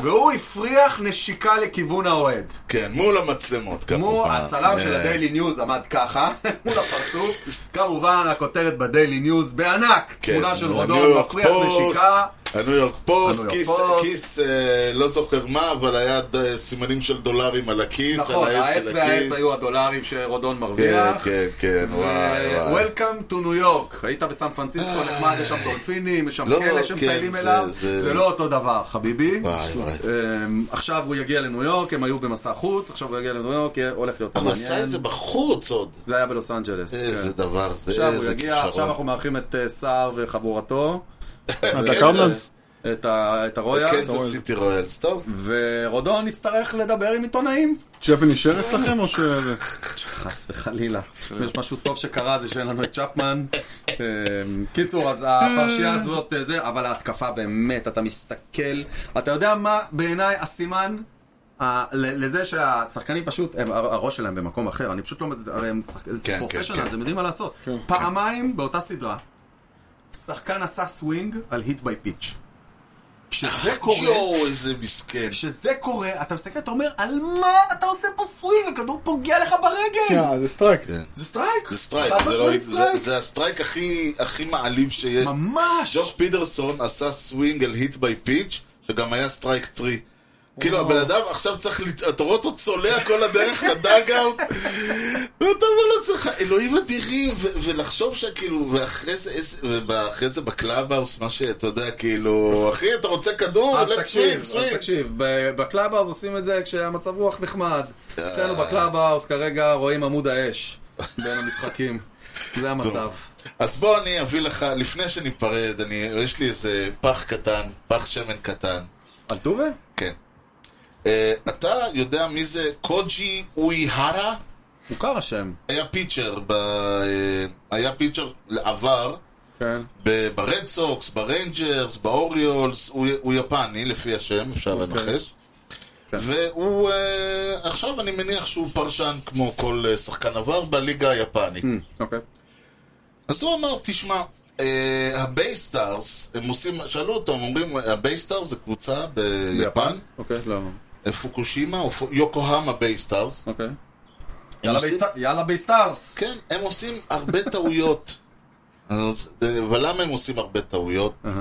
והוא הפריח נשיקה לכיוון האוהד. כן, מול המצלמות, כמו כמובן. הצלם של אה, הדיילי ניוז עמד ככה, מול הפרצוף, כמובן הכותרת בדיילי ניוז בענק, כן, תמונה של הניו רודון, יורק מפריח פוסט, נשיקה, הניו יורק פוסט, הניו כיס, יורק פוסט. כיס אה, לא זוכר מה, אבל היה ד- סימנים של דולרים על הכיס, נכון, על האס האס על הכיס. והאס היו הדולרים שרודון כן, מרוויח. כן, כן, וואי, ו- וואי. אה, אה, Welcome to New York, היית בסן פרנסיסקו נחמד, יש שם דולפינים, יש שם לא, כלא שמטיילים כן, אליו, זה- זה- זה לא אותו דבר, חביבי. וואי, וואי. אמ, עכשיו הוא יגיע לניו יורק, הם היו במסע חוץ, עכשיו הוא יגיע לניו יורק, יהיה- הולך להיות אבל עשה מעניין. את זה בחוץ עוד. זה היה בלוס אנג'לס. כן. איזה דבר זה, עכשיו הוא איזה יגיע, עכשיו אנחנו מארחים את אה, סער וחבורתו, אה, אתה קרנז? את ה- את הרויאל, קנזס סיטי רויאלס, טוב. ורודון יצטרך לדבר עם עיתונאים. צ'פני שרף לכם או ש... חס וחלילה. אם יש משהו טוב שקרה זה שאין לנו את צ'פמן. אמ, קיצור, אז הפרשייה הזאת אה, זה, אבל ההתקפה באמת, אתה מסתכל, אתה יודע מה בעיניי הסימן? ה- ל- לזה שהשחקנים פשוט, הם, הר- הראש שלהם במקום אחר, אני פשוט לא, מזה- הרי הם שחק- כן, פרופשיונל, כן. אז הם יודעים מה לעשות. פעמיים באותה סדרה, שחקן עשה סווינג על היט ביי פיץ'. אה, כשזה קורה, יואו, איזה מסכן. כשזה קורה, אתה מסתכל, אתה אומר, על מה אתה עושה פה סווינג? הכדור פוגע לך ברגל! כן, זה סטרייק. זה סטרייק! זה סטרייק, חד זה לא- משמעית זה- זה הסטרייק הכי הכי מעליב שיש. ממש! ג'וש פיטרסון עשה סווינג על היט ביי פיץ', שגם היה סטרייק 3. כאילו הבן אדם עכשיו צריך, לת- אתה רואה אותו צולע כל הדרך לדאגאוט, ואתה אומר לעצמך, אלוהים אדירים, ו- ולחשוב שכאילו, ואחרי זה, איזה- ואחרי זה בקלאבהאוס, מה שאתה יודע, כאילו, אחי, אתה רוצה כדור, אז let's תקשיב, swing, אז swing. תקשיב, ב- בקלאבהאוס עושים את זה כשהמצב רוח נחמד. אה. אצלנו בקלאבהאוס כרגע רואים עמוד האש בין המשחקים. זה המצב. אז בוא אני אביא לך, לפני שניפרד, אני, יש לי איזה פח קטן, פח שמן קטן, על טובה? כן. אה, אתה יודע מי זה קוג'י אויהרה? מוכר השם. היה פיצ'ר, ב... אה, היה פיצ'ר לעבר, כן. ב- ברד סוקס, בריינג'רס, באוריולס, הוא, הוא יפני לפי השם, אפשר לנחש. כן. והוא, אה, עכשיו אני מניח שהוא פרשן כמו כל אה, שחקן עבר בליגה היפנית. אוקיי. אז הוא אמר, תשמע, אה, הבייסטארס, הם עושים, שאלו אותו, הם אומרים, הבייסטארס זה קבוצה ביפן, אוקיי, לא. אה, פוקושימה, או פו- יוקוהמה בייסטארס. אוקיי. הם יאללה עושים- בית"ר- יאללה בייסטארס! כן, הם עושים הרבה טעויות. אז, אה, ולמה הם עושים הרבה טעויות? אהה.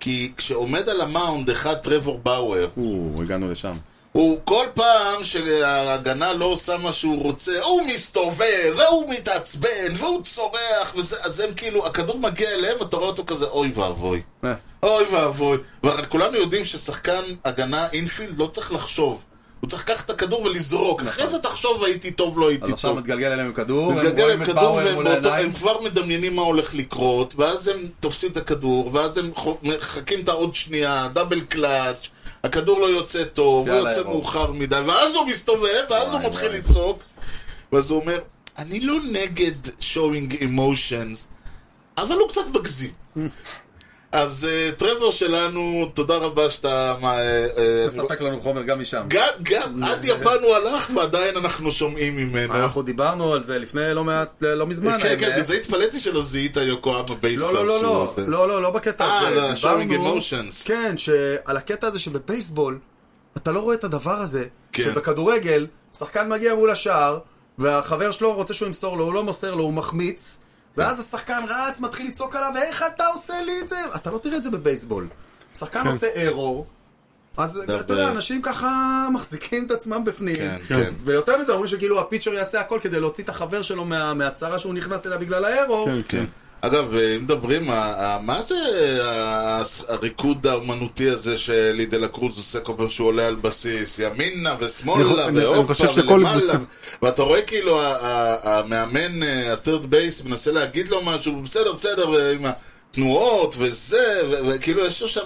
כי כשעומד על המאונד אחד טרוור באואר, או, הגענו לשם. הוא כל פעם שההגנה לא עושה מה שהוא רוצה, הוא מסתובב, והוא מתעצבן, והוא צורח, וזה, אז הם כאילו, הכדור מגיע אליהם, אתה רואה אותו כזה, אוי ואבוי. אה, אוי ואבוי. והרי כולנו יודעים ששחקן הגנה אינפילד לא צריך לחשוב. הוא צריך לקחת את הכדור ולזרוק. אחרי זה תחשוב הייתי טוב, לא נכון. אז הייתי עכשיו טוב. מתגלגל אליהם כדור, הם מתגלגל רואים עם את כדור באואר מול והם באותו- העיניים. הם כבר מדמיינים מה הולך לקרות, ואז הם תופסים את הכדור, ואז הם חו- מחכים את העוד שנייה, דאבל קלאץ', הכדור לא יוצא טוב, הוא יאללה, יוצא ירוק. מאוחר מדי, ואז הוא מסתובב, ואז הוא וואי, מתחיל וואי. לצעוק, ואז הוא אומר, אני לא נגד showing emotions, אבל הוא קצת מגזים. אז אה, טרוור שלנו, תודה רבה שאתה... מה, אה, אה, מספק לנו חומר גם משם. גם, גם, עד יפן הוא הלך ועדיין אנחנו שומעים ממנו. אנחנו דיברנו על זה לפני לא מעט, לא מזמן. אה. כן, כן, האמת. בזה התפלאתי שלא זיהית יוקוהמה בייסטארס. לא, לא, לא, שהוא לא, עושה. לא, לא, לא בקטע אה, הזה. על ה-showing דיברנו- emotions. כן, שעל הקטע הזה שבבייסבול, אתה לא רואה את הדבר הזה, כן. שבכדורגל, שחקן מגיע מול השער, והחבר שלו רוצה שהוא ימסור לו, הוא לא מוסר לו, הוא מחמיץ, ואז השחקן רץ, מתחיל לצעוק עליו, איך אתה עושה לי את זה? אתה לא תראה את זה בבייסבול. שחקן עושה ארור, אז זה אתה הרבה. יודע, אנשים ככה מחזיקים את עצמם בפנים. כן, כן. ויותר מזה, אומרים שכאילו הפיצ'ר יעשה הכל כדי להוציא את החבר שלו מה- מהצרה שהוא נכנס אליה בגלל האירו. כן, כן. כן. אגב, אם מדברים, ה- ה- מה זה ה- הריקוד האומנותי הזה שלידל הקרוז עושה כל פעם שהוא עולה על בסיס, ימינה אני- ושמאלה אני- אני ואופה חושב שכל ולמעלה, קבוצה- ואתה רואה כאילו ה- ה- המאמן, אה, ה-third base, מנסה להגיד לו משהו, בסדר, בסדר, ועם התנועות וזה, ו- וכאילו יש לו שם,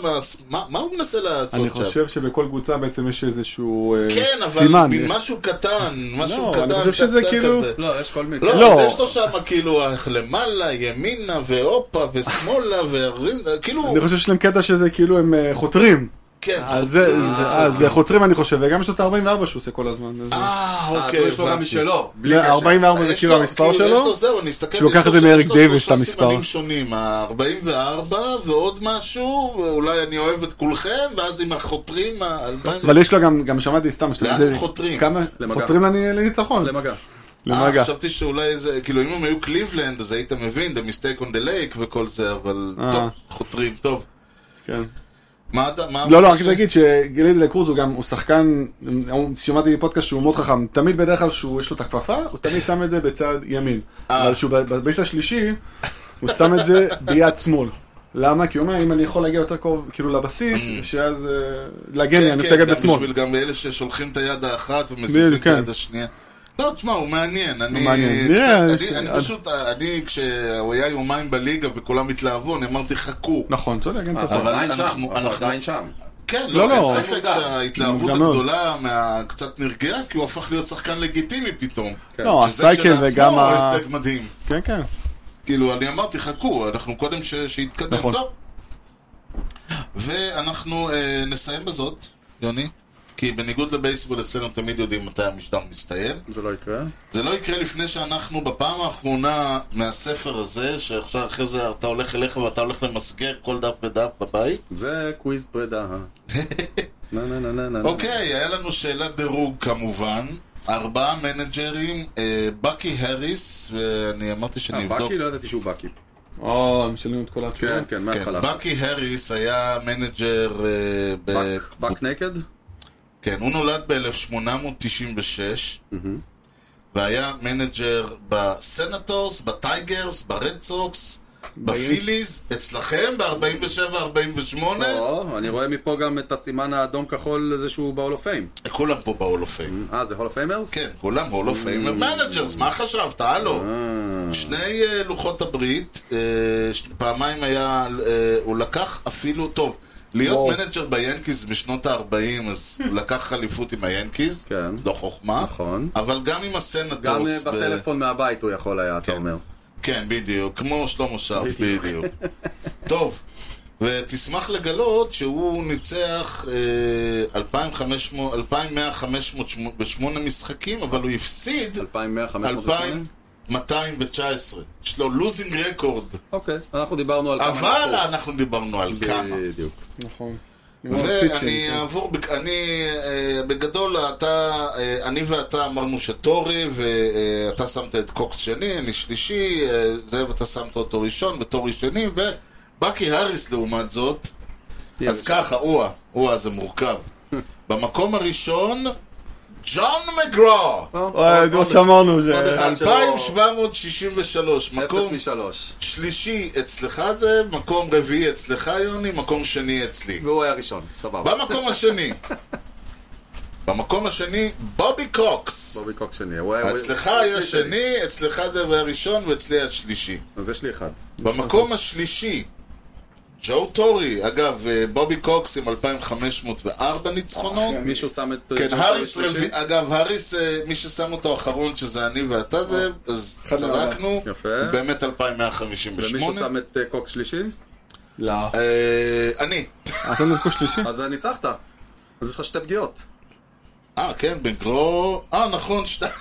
מה מה הוא מנסה לעשות אני שם? חושב שבכל קבוצה בעצם יש איזשהו אה, כן, אבל סימן. מין משהו קטן, משהו לא, קטן, אני חושב שזה קטן כאילו- כזה. לא, יש כל מיני. לא, לא. לא. אז יש לו שם כאילו איך למעלה, ימינה, והופה, ושמאלה, והרים, כאילו, אה, אני חושב שיש להם קטע שזה כאילו הם אה, חותרים. כן. אז זה- זה- אה, זה חותרים אני חושב, וגם יש לו את ה-44 שהוא עושה כל הזמן. אז- אה, אה, אז אוקיי, אה, יש לו גם משלו, בלי לא, קשר. 44 זה יש כאילו לו- המספר כאילו, יש שלו. לו זהו, אני אסתכל, שלוקח יש לו את זה ש- מאריק יש לו דייוויס, את שלושה המספר. סימנים שונים, ה-44 ועוד משהו, אולי אני אוהב את כולכם, ואז עם החותרים, ה- אבל יש לו גם, גם שמעתי סתם, שאתה- לאן זה- הם חותרים? כמה, למגע. חותרים לני- לניצחון, למגע. אה, למגע. חשבתי שאולי זה, כאילו אם הם היו קליבלנד, אז היית מבין, The Mistake on the Lake וכל זה, אבל אה. טוב, חותרים, טוב. כן. מה אתה, מה... לא, לא, מה רק ש- להגיד שגיליד לקרוז הוא גם, הוא שחקן, הוא- שמעתי פודקאסט שהוא מאוד חכם, תמיד בדרך כלל שהוא, יש לו את הכפפה, הוא תמיד שם את זה בצד ימין. אבל שהוא ב- בבייס השלישי, הוא שם את זה ביד שמאל. למה? כי הוא אומר, אם אני יכול להגיע יותר קרוב, כאילו לבסיס, שאז אה, להגן לי, אני כן, מתנגד גם בשמאל. בשביל גם אלה ששולחים את היד האחת ומזיזים את בדיוק, היד כן. השנייה. לא, תשמע, הוא מעניין. אני, מעניין. קצת- נראה, אני, יש- אני עד- פשוט, אני, כשהוא היה יומיים בליגה וכולם התלהבו, אני אמרתי, חכו. נכון, צודק, אין אנחנו ספק. אבל עדיין שם, אנחנו- אנחנו אנחנו- עדיין שם. כן, לא, לא, לא. אין ספק שההתלהבות מוקדם מאוד. הגדולה מה- קצת נרגעה, כי הוא הפך להיות שחקן לגיטימי פתאום. לא, שזה הסייקל וגם כשלעצמו ה... הישג מדהים. כן, כן. כאילו, אני אמרתי, חכו, אנחנו קודם ש- שיתקדם. נכון. טוב. ואנחנו אה, נסיים בזאת, יוני, כי בניגוד לבייסבול אצלנו תמיד יודעים מתי המשדר מסתיים. זה לא יקרה. זה לא יקרה לפני שאנחנו בפעם האחרונה מהספר הזה, שעכשיו אחרי זה אתה הולך אליך ואתה הולך למסגר כל דף ודף בבית. זה קוויז פרידה. אה. נה נה נה נה נה. אוקיי, היה לנו שאלת דירוג כמובן. ארבעה מנג'רים, אה, בקי הריס, ואני אמרתי אה, שאני אבדוק. בקי? לא ידעתי שהוא בקי. או, משלמים את כל התשובה. כן, כן, כן, מההתחלה. בקי הריס היה מנג'ר אה, ב... בק- בק נקד? כן, הוא נולד ב-1896, והיה מנג'ר בסנטורס, בטייגרס, ברד סוקס, בפיליז, אצלכם ב-47-48, או, לא, אני רואה מפה גם את הסימן האדום כחול הזה שהוא בהול אוף פיים. כולם פה בהול אוף פיימר. אה, זה הול אוף פיימרס? כן, כולם הול אוף פיימר מנג'רס, מה חשבת? הלו. שני אה, לוחות הברית, אה, ש- פעמיים היה, אה, הוא לקח אפילו, טוב, וואו. לא. להיות מנג'ר ביאנקיז בשנות ה-40, אז הוא לקח אליפות עם היאנקיז, כן. לא חוכמה, נכון. אבל גם עם גם הסנטורס, אה, בטלפון מהבית הוא יכול היה, אתה כן. אומר. כן, בדיוק, כמו שלמה שרף, בדיוק. בדיוק. טוב, ותשמח לגלות שהוא ניצח אה, 2,500 2,158 משחקים, אבל הוא הפסיד 2100, 508? 2,219. יש לו לוזינג רקורד. אוקיי, אנחנו דיברנו על כמה אבל נחשפו. אנחנו דיברנו על כמה. בדיוק. נכון. כן. ואני כן. אעבור, בק- אני, אה, בגדול, אתה, אה, אני ואתה אמרנו שטורי, ואתה שמת את קוקס שני, אני שלישי, אה, זה, ואתה שמת אותו ראשון, וטורי שני, ובקי האריס לעומת זאת, כן, תהיה אז ראשון. ככה, אוה, אוה, זה מורכב. במקום הראשון, ג'ון מגרו, עוד- לא עוד- שמרנו זה. עוד אה, אחד שלא- 2763, אפס מקום משלוש. שלישי אצלך זה, מקום רביעי אצלך יוני, מקום שני אצלי. והוא היה ראשון, סבבה. במקום השני. במקום השני, בובי קוקס. בובי קוק שני. הוא היה- אצלך הוא- היה אצלי שני, אצלך זה היה ראשון ואצלי היה שלישי. אז יש לי אחד. במקום השלישי, ג'ו טורי. אגב, אה, בובי קוקס עם 2,504 ניצחונות. מישהו שם את... כן, ג'ון האריס טורי לא שלישי? רביעי, אגב, האריס, אה, מי ששם אותו אחרון, שזה אני ואתה זה, אז אחד צדקנו, יפה. הוא באמת ומישהו 2,158. שם את אה, קוק שלישי? לא. אה, אני. אתה נזכו שלישי? אז אה, ניצחת. אז יש לך שתי פגיעות. אה, כן, בגרו... אה, נכון, שתיים.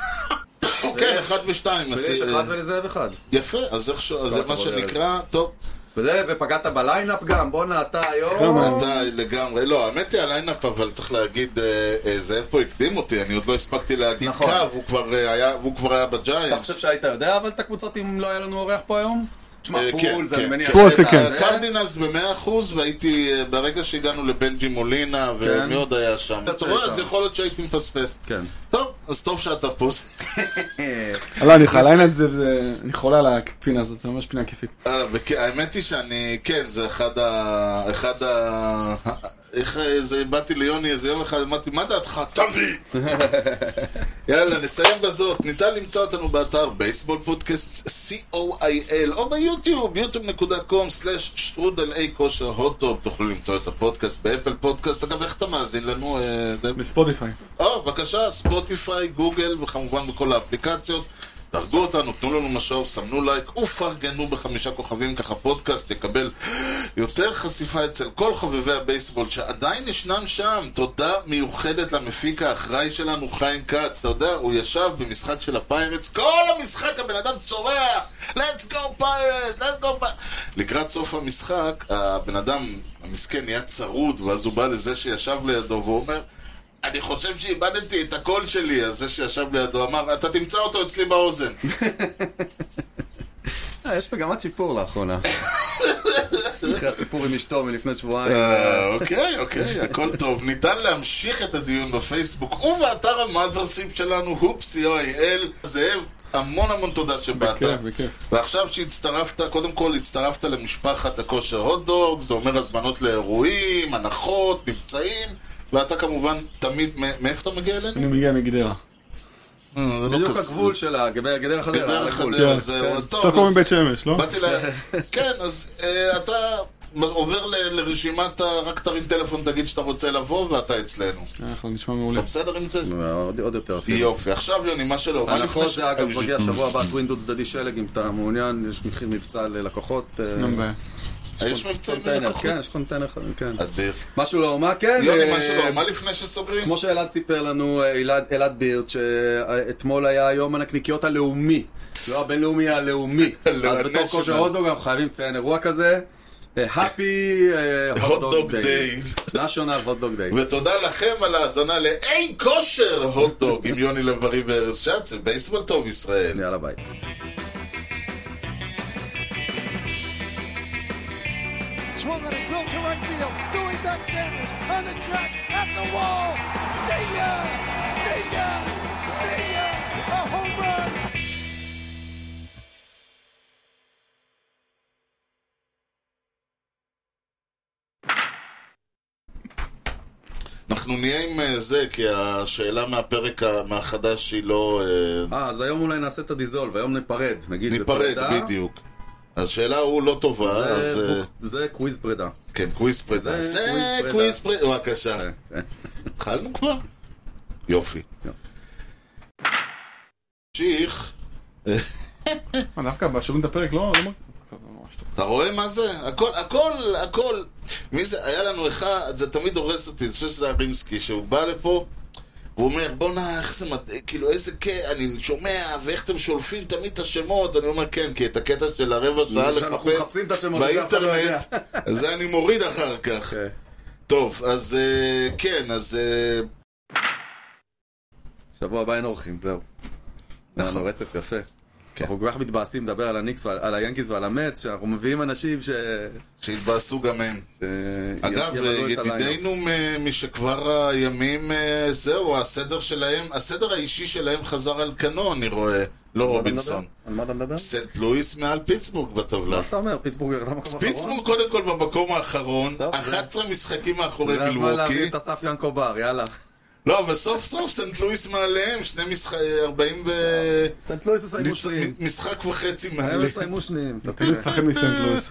כן, ויש- אחד ושתיים. אז, ויש אה, אחד ולזאב אחד. יפה, אז איך ש... אז זה כל מה הכבוד, שנקרא, טוב, וזה, ופגעת בליינאפ גם, בואנה אתה היום. כמה? אתה לגמרי, לא, האמת היא הליינאפ, אבל צריך להגיד, אה, אה, זאב פה הקדים אותי, אני עוד לא הספקתי להגיד נכון. קו, הוא כבר אה, היה- הוא כבר היה אתה חושב בג'יינט. שהיית יודע אבל את הקבוצות אם לא היה לנו אורח פה היום? תשמע, אה, כן, פולס, אני כן, מניח אה, כן. פולס, כן. הקרדינלס במאה אחוז, והייתי, אה, ברגע שהגענו לבנג'י מולינה, כן. ומי עוד היה שם? אתה אתה רואה, היית. אז יכול להיות שהייתי מפספס. כן. טוב, אז טוב שאתה פה. אה, לא, אני חלה על זה, וזה- אני חולה על הפינה הזאת, זה ממש פינה כיפית. אה, וכן, האמת היא שאני, כן, זה אחד ה... אחד ה... איך אה, זה, באתי ליוני איזה יום אחד, אמרתי, מה דעתך? תביא! יאללה, נסיים בזאת. ניתן למצוא אותנו באתר בייסבול פודקאסט co.il או ביוטיוב, yוטיוב.com/שטרודל איי כושר הוטו. תוכלו למצוא את הפודקאסט באפל פודקאסט. אגב, איך אתה מאזין לנו? אה, דב? בספוטיפיי. או, אה, בבקשה, ספוטיפיי, גוגל, וכמובן בכל האפליקציות. דרגו אותנו, תנו לנו משוב, סמנו לייק ופרגנו בחמישה כוכבים, ככה פודקאסט יקבל יותר חשיפה אצל כל חובבי הבייסבול שעדיין ישנם שם. תודה מיוחדת למפיק האחראי שלנו, חיים כץ. אתה יודע, הוא ישב במשחק של הפיירטס, כל המשחק הבן אדם צורח, let's go pirates, let's go pirates. לקראת סוף המשחק, הבן אדם, המסכן, נהיה צרוד, ואז הוא בא לזה שישב לידו ואומר, אני חושב שאיבדתי את הקול שלי, אז זה שישב לידו אמר, אתה תמצא אותו אצלי באוזן. אה, יש מגמת שיפור לאחרונה. אחרי הסיפור עם אשתו מלפני שבועיים. אה, אוקיי, אוקיי, הכל טוב. ניתן להמשיך את הדיון בפייסבוק ובאתר המאזרסים שלנו, הופסי.או.איי.אל. זאב, המון המון תודה שבאת. בכיף, כן, בכיף. ועכשיו שהצטרפת, קודם כל הצטרפת למשפחת הכושר הוטדוג, זה אומר הזמנות לאירועים, הנחות, מבצעים, ואתה כמובן תמיד, מ- מאיפה אתה מגיע אלינו? אני מגיע מגדרה. אה, זה לא בדיוק כזה. הגבול שלה, גדר גדר חדרה. על גדר הגבול. חדרה, כן, זהו. אז טוב, אתה קוראים אז- מבית שמש, לא? באתי ל... כן, אז אה, אתה עובר ל- לרשימת ה... רק תרים טלפון, תגיד שאתה רוצה לבוא, ואתה אצלנו. כן. אה, אחלה, נשמע מעולה. אתה בסדר עם זה? אה, עוד- עוד יותר אפילו. יופי. עכשיו, יוני, מה שלא, מה אנחנו לפני ש... אה, זה אגב מגיע שבוע הבא טווין דוד צדדי שלג אם אתה מעוניין, יש מחיר מבצע ללקוחות. אה, אין בעיה. יש מבצעים קונטיינר, ללקוחות. כן, יש קונטיינר חדש, כן. אדיר. משהו לא, מה כן? יוני, אה, מה שלא, מה לפני שסוגרים? כמו שאלעד סיפר לנו, אה, אלעד- אלעד בירט, שאתמול היה יום הנקניקיות הלאומי. לא הבינלאומי, הלאומי. אז בתור ה-national. כושר הוטדוג אנחנו חייבים לציין אירוע כזה. אה, הפי Hot Dog הוטדוג דיי. Day. national הוטדוג דיי. ותודה לכם על ההאזנה לאי כושר הוטדוג עם יוני לב-ארי וארז שץ, בייסבול טוב ישראל. יאללה ביי. Swung on a drill to right field. Dewey back Sanders on the track at the wall. See ya! See ya! See ya! A home run! כן. אנחנו נהיה עם אה, זה, כי השאלה מהפרק ה- מהחדש היא לא... אה, אה, אז היום אולי נעשה את הדיזולב, היום ניפרד, נגיד. זה ניפרד, פרידה. בדיוק. השאלה הוא לא טובה, זה אז... אה, בוק- זה קוויז פרידה. כן, קוויז פרידה. זה זה קוויז קוויז פרידה. בבקשה. אה, אה. התחלנו כבר? יופי. יופי. תמשיך. מה, דווקא בשומעים את הפרק לא... לא מרגיש- טוב, ממש טוב. אתה רואה מה זה? הכל, הכל, הכל. מי זה? היה לנו אחד, זה תמיד הורס אותי, אני חושב שזה הרימסקי, שהוא בא לפה, והוא אומר, בואנה, איך זה מדהים, כאילו, איזה קטע, אני שומע, ואיך אתם שולפים תמיד את השמות, אני אומר, כן, כי את הקטע של הרבע שעה אנחנו לחפש מחפשים את השמות, זה אף אחד לא יודע. באינטרנט, זה אני מוריד אחר כך. כן. טוב, אז אה, כן, אז אה, שבוע הבא אין אורחים, זהו. נכון. כן. נכון. רצף יפה. אנחנו כל כך מתבאסים לדבר על הניקס ועל על היאנקיז ועל המץ, שאנחנו מביאים אנשים ש... שהתבאסו גם הם. ש- אגב, ימלאו את הליינאפ. ידידינו מ- משכבר הימים, אה, זהו, הסדר שלהם, הסדר האישי שלהם חזר על כנו, אני רואה, לא רובינסון. על מה אתה מדבר? נכון. סנט לואיס מעל פיטסבורג בטבלה. מה אתה אומר? פיטסבורג ירדה במקום האחרון? פיטסבורג קודם כל במקום האחרון, טוב, זה- 11 משחקים מאחורי זה הזמן מילווקי. להביא את אסף ינקו בר, יאללה. לא, אבל סוף סוף סנט לואיס מעליהם, שני משחקים, 40 ו... סנט לואיס יסיימו שניים. משחק וחצי הם מעליהם. לא יסיימו שניים. אתה תמיד מפחד מסנט לואיס.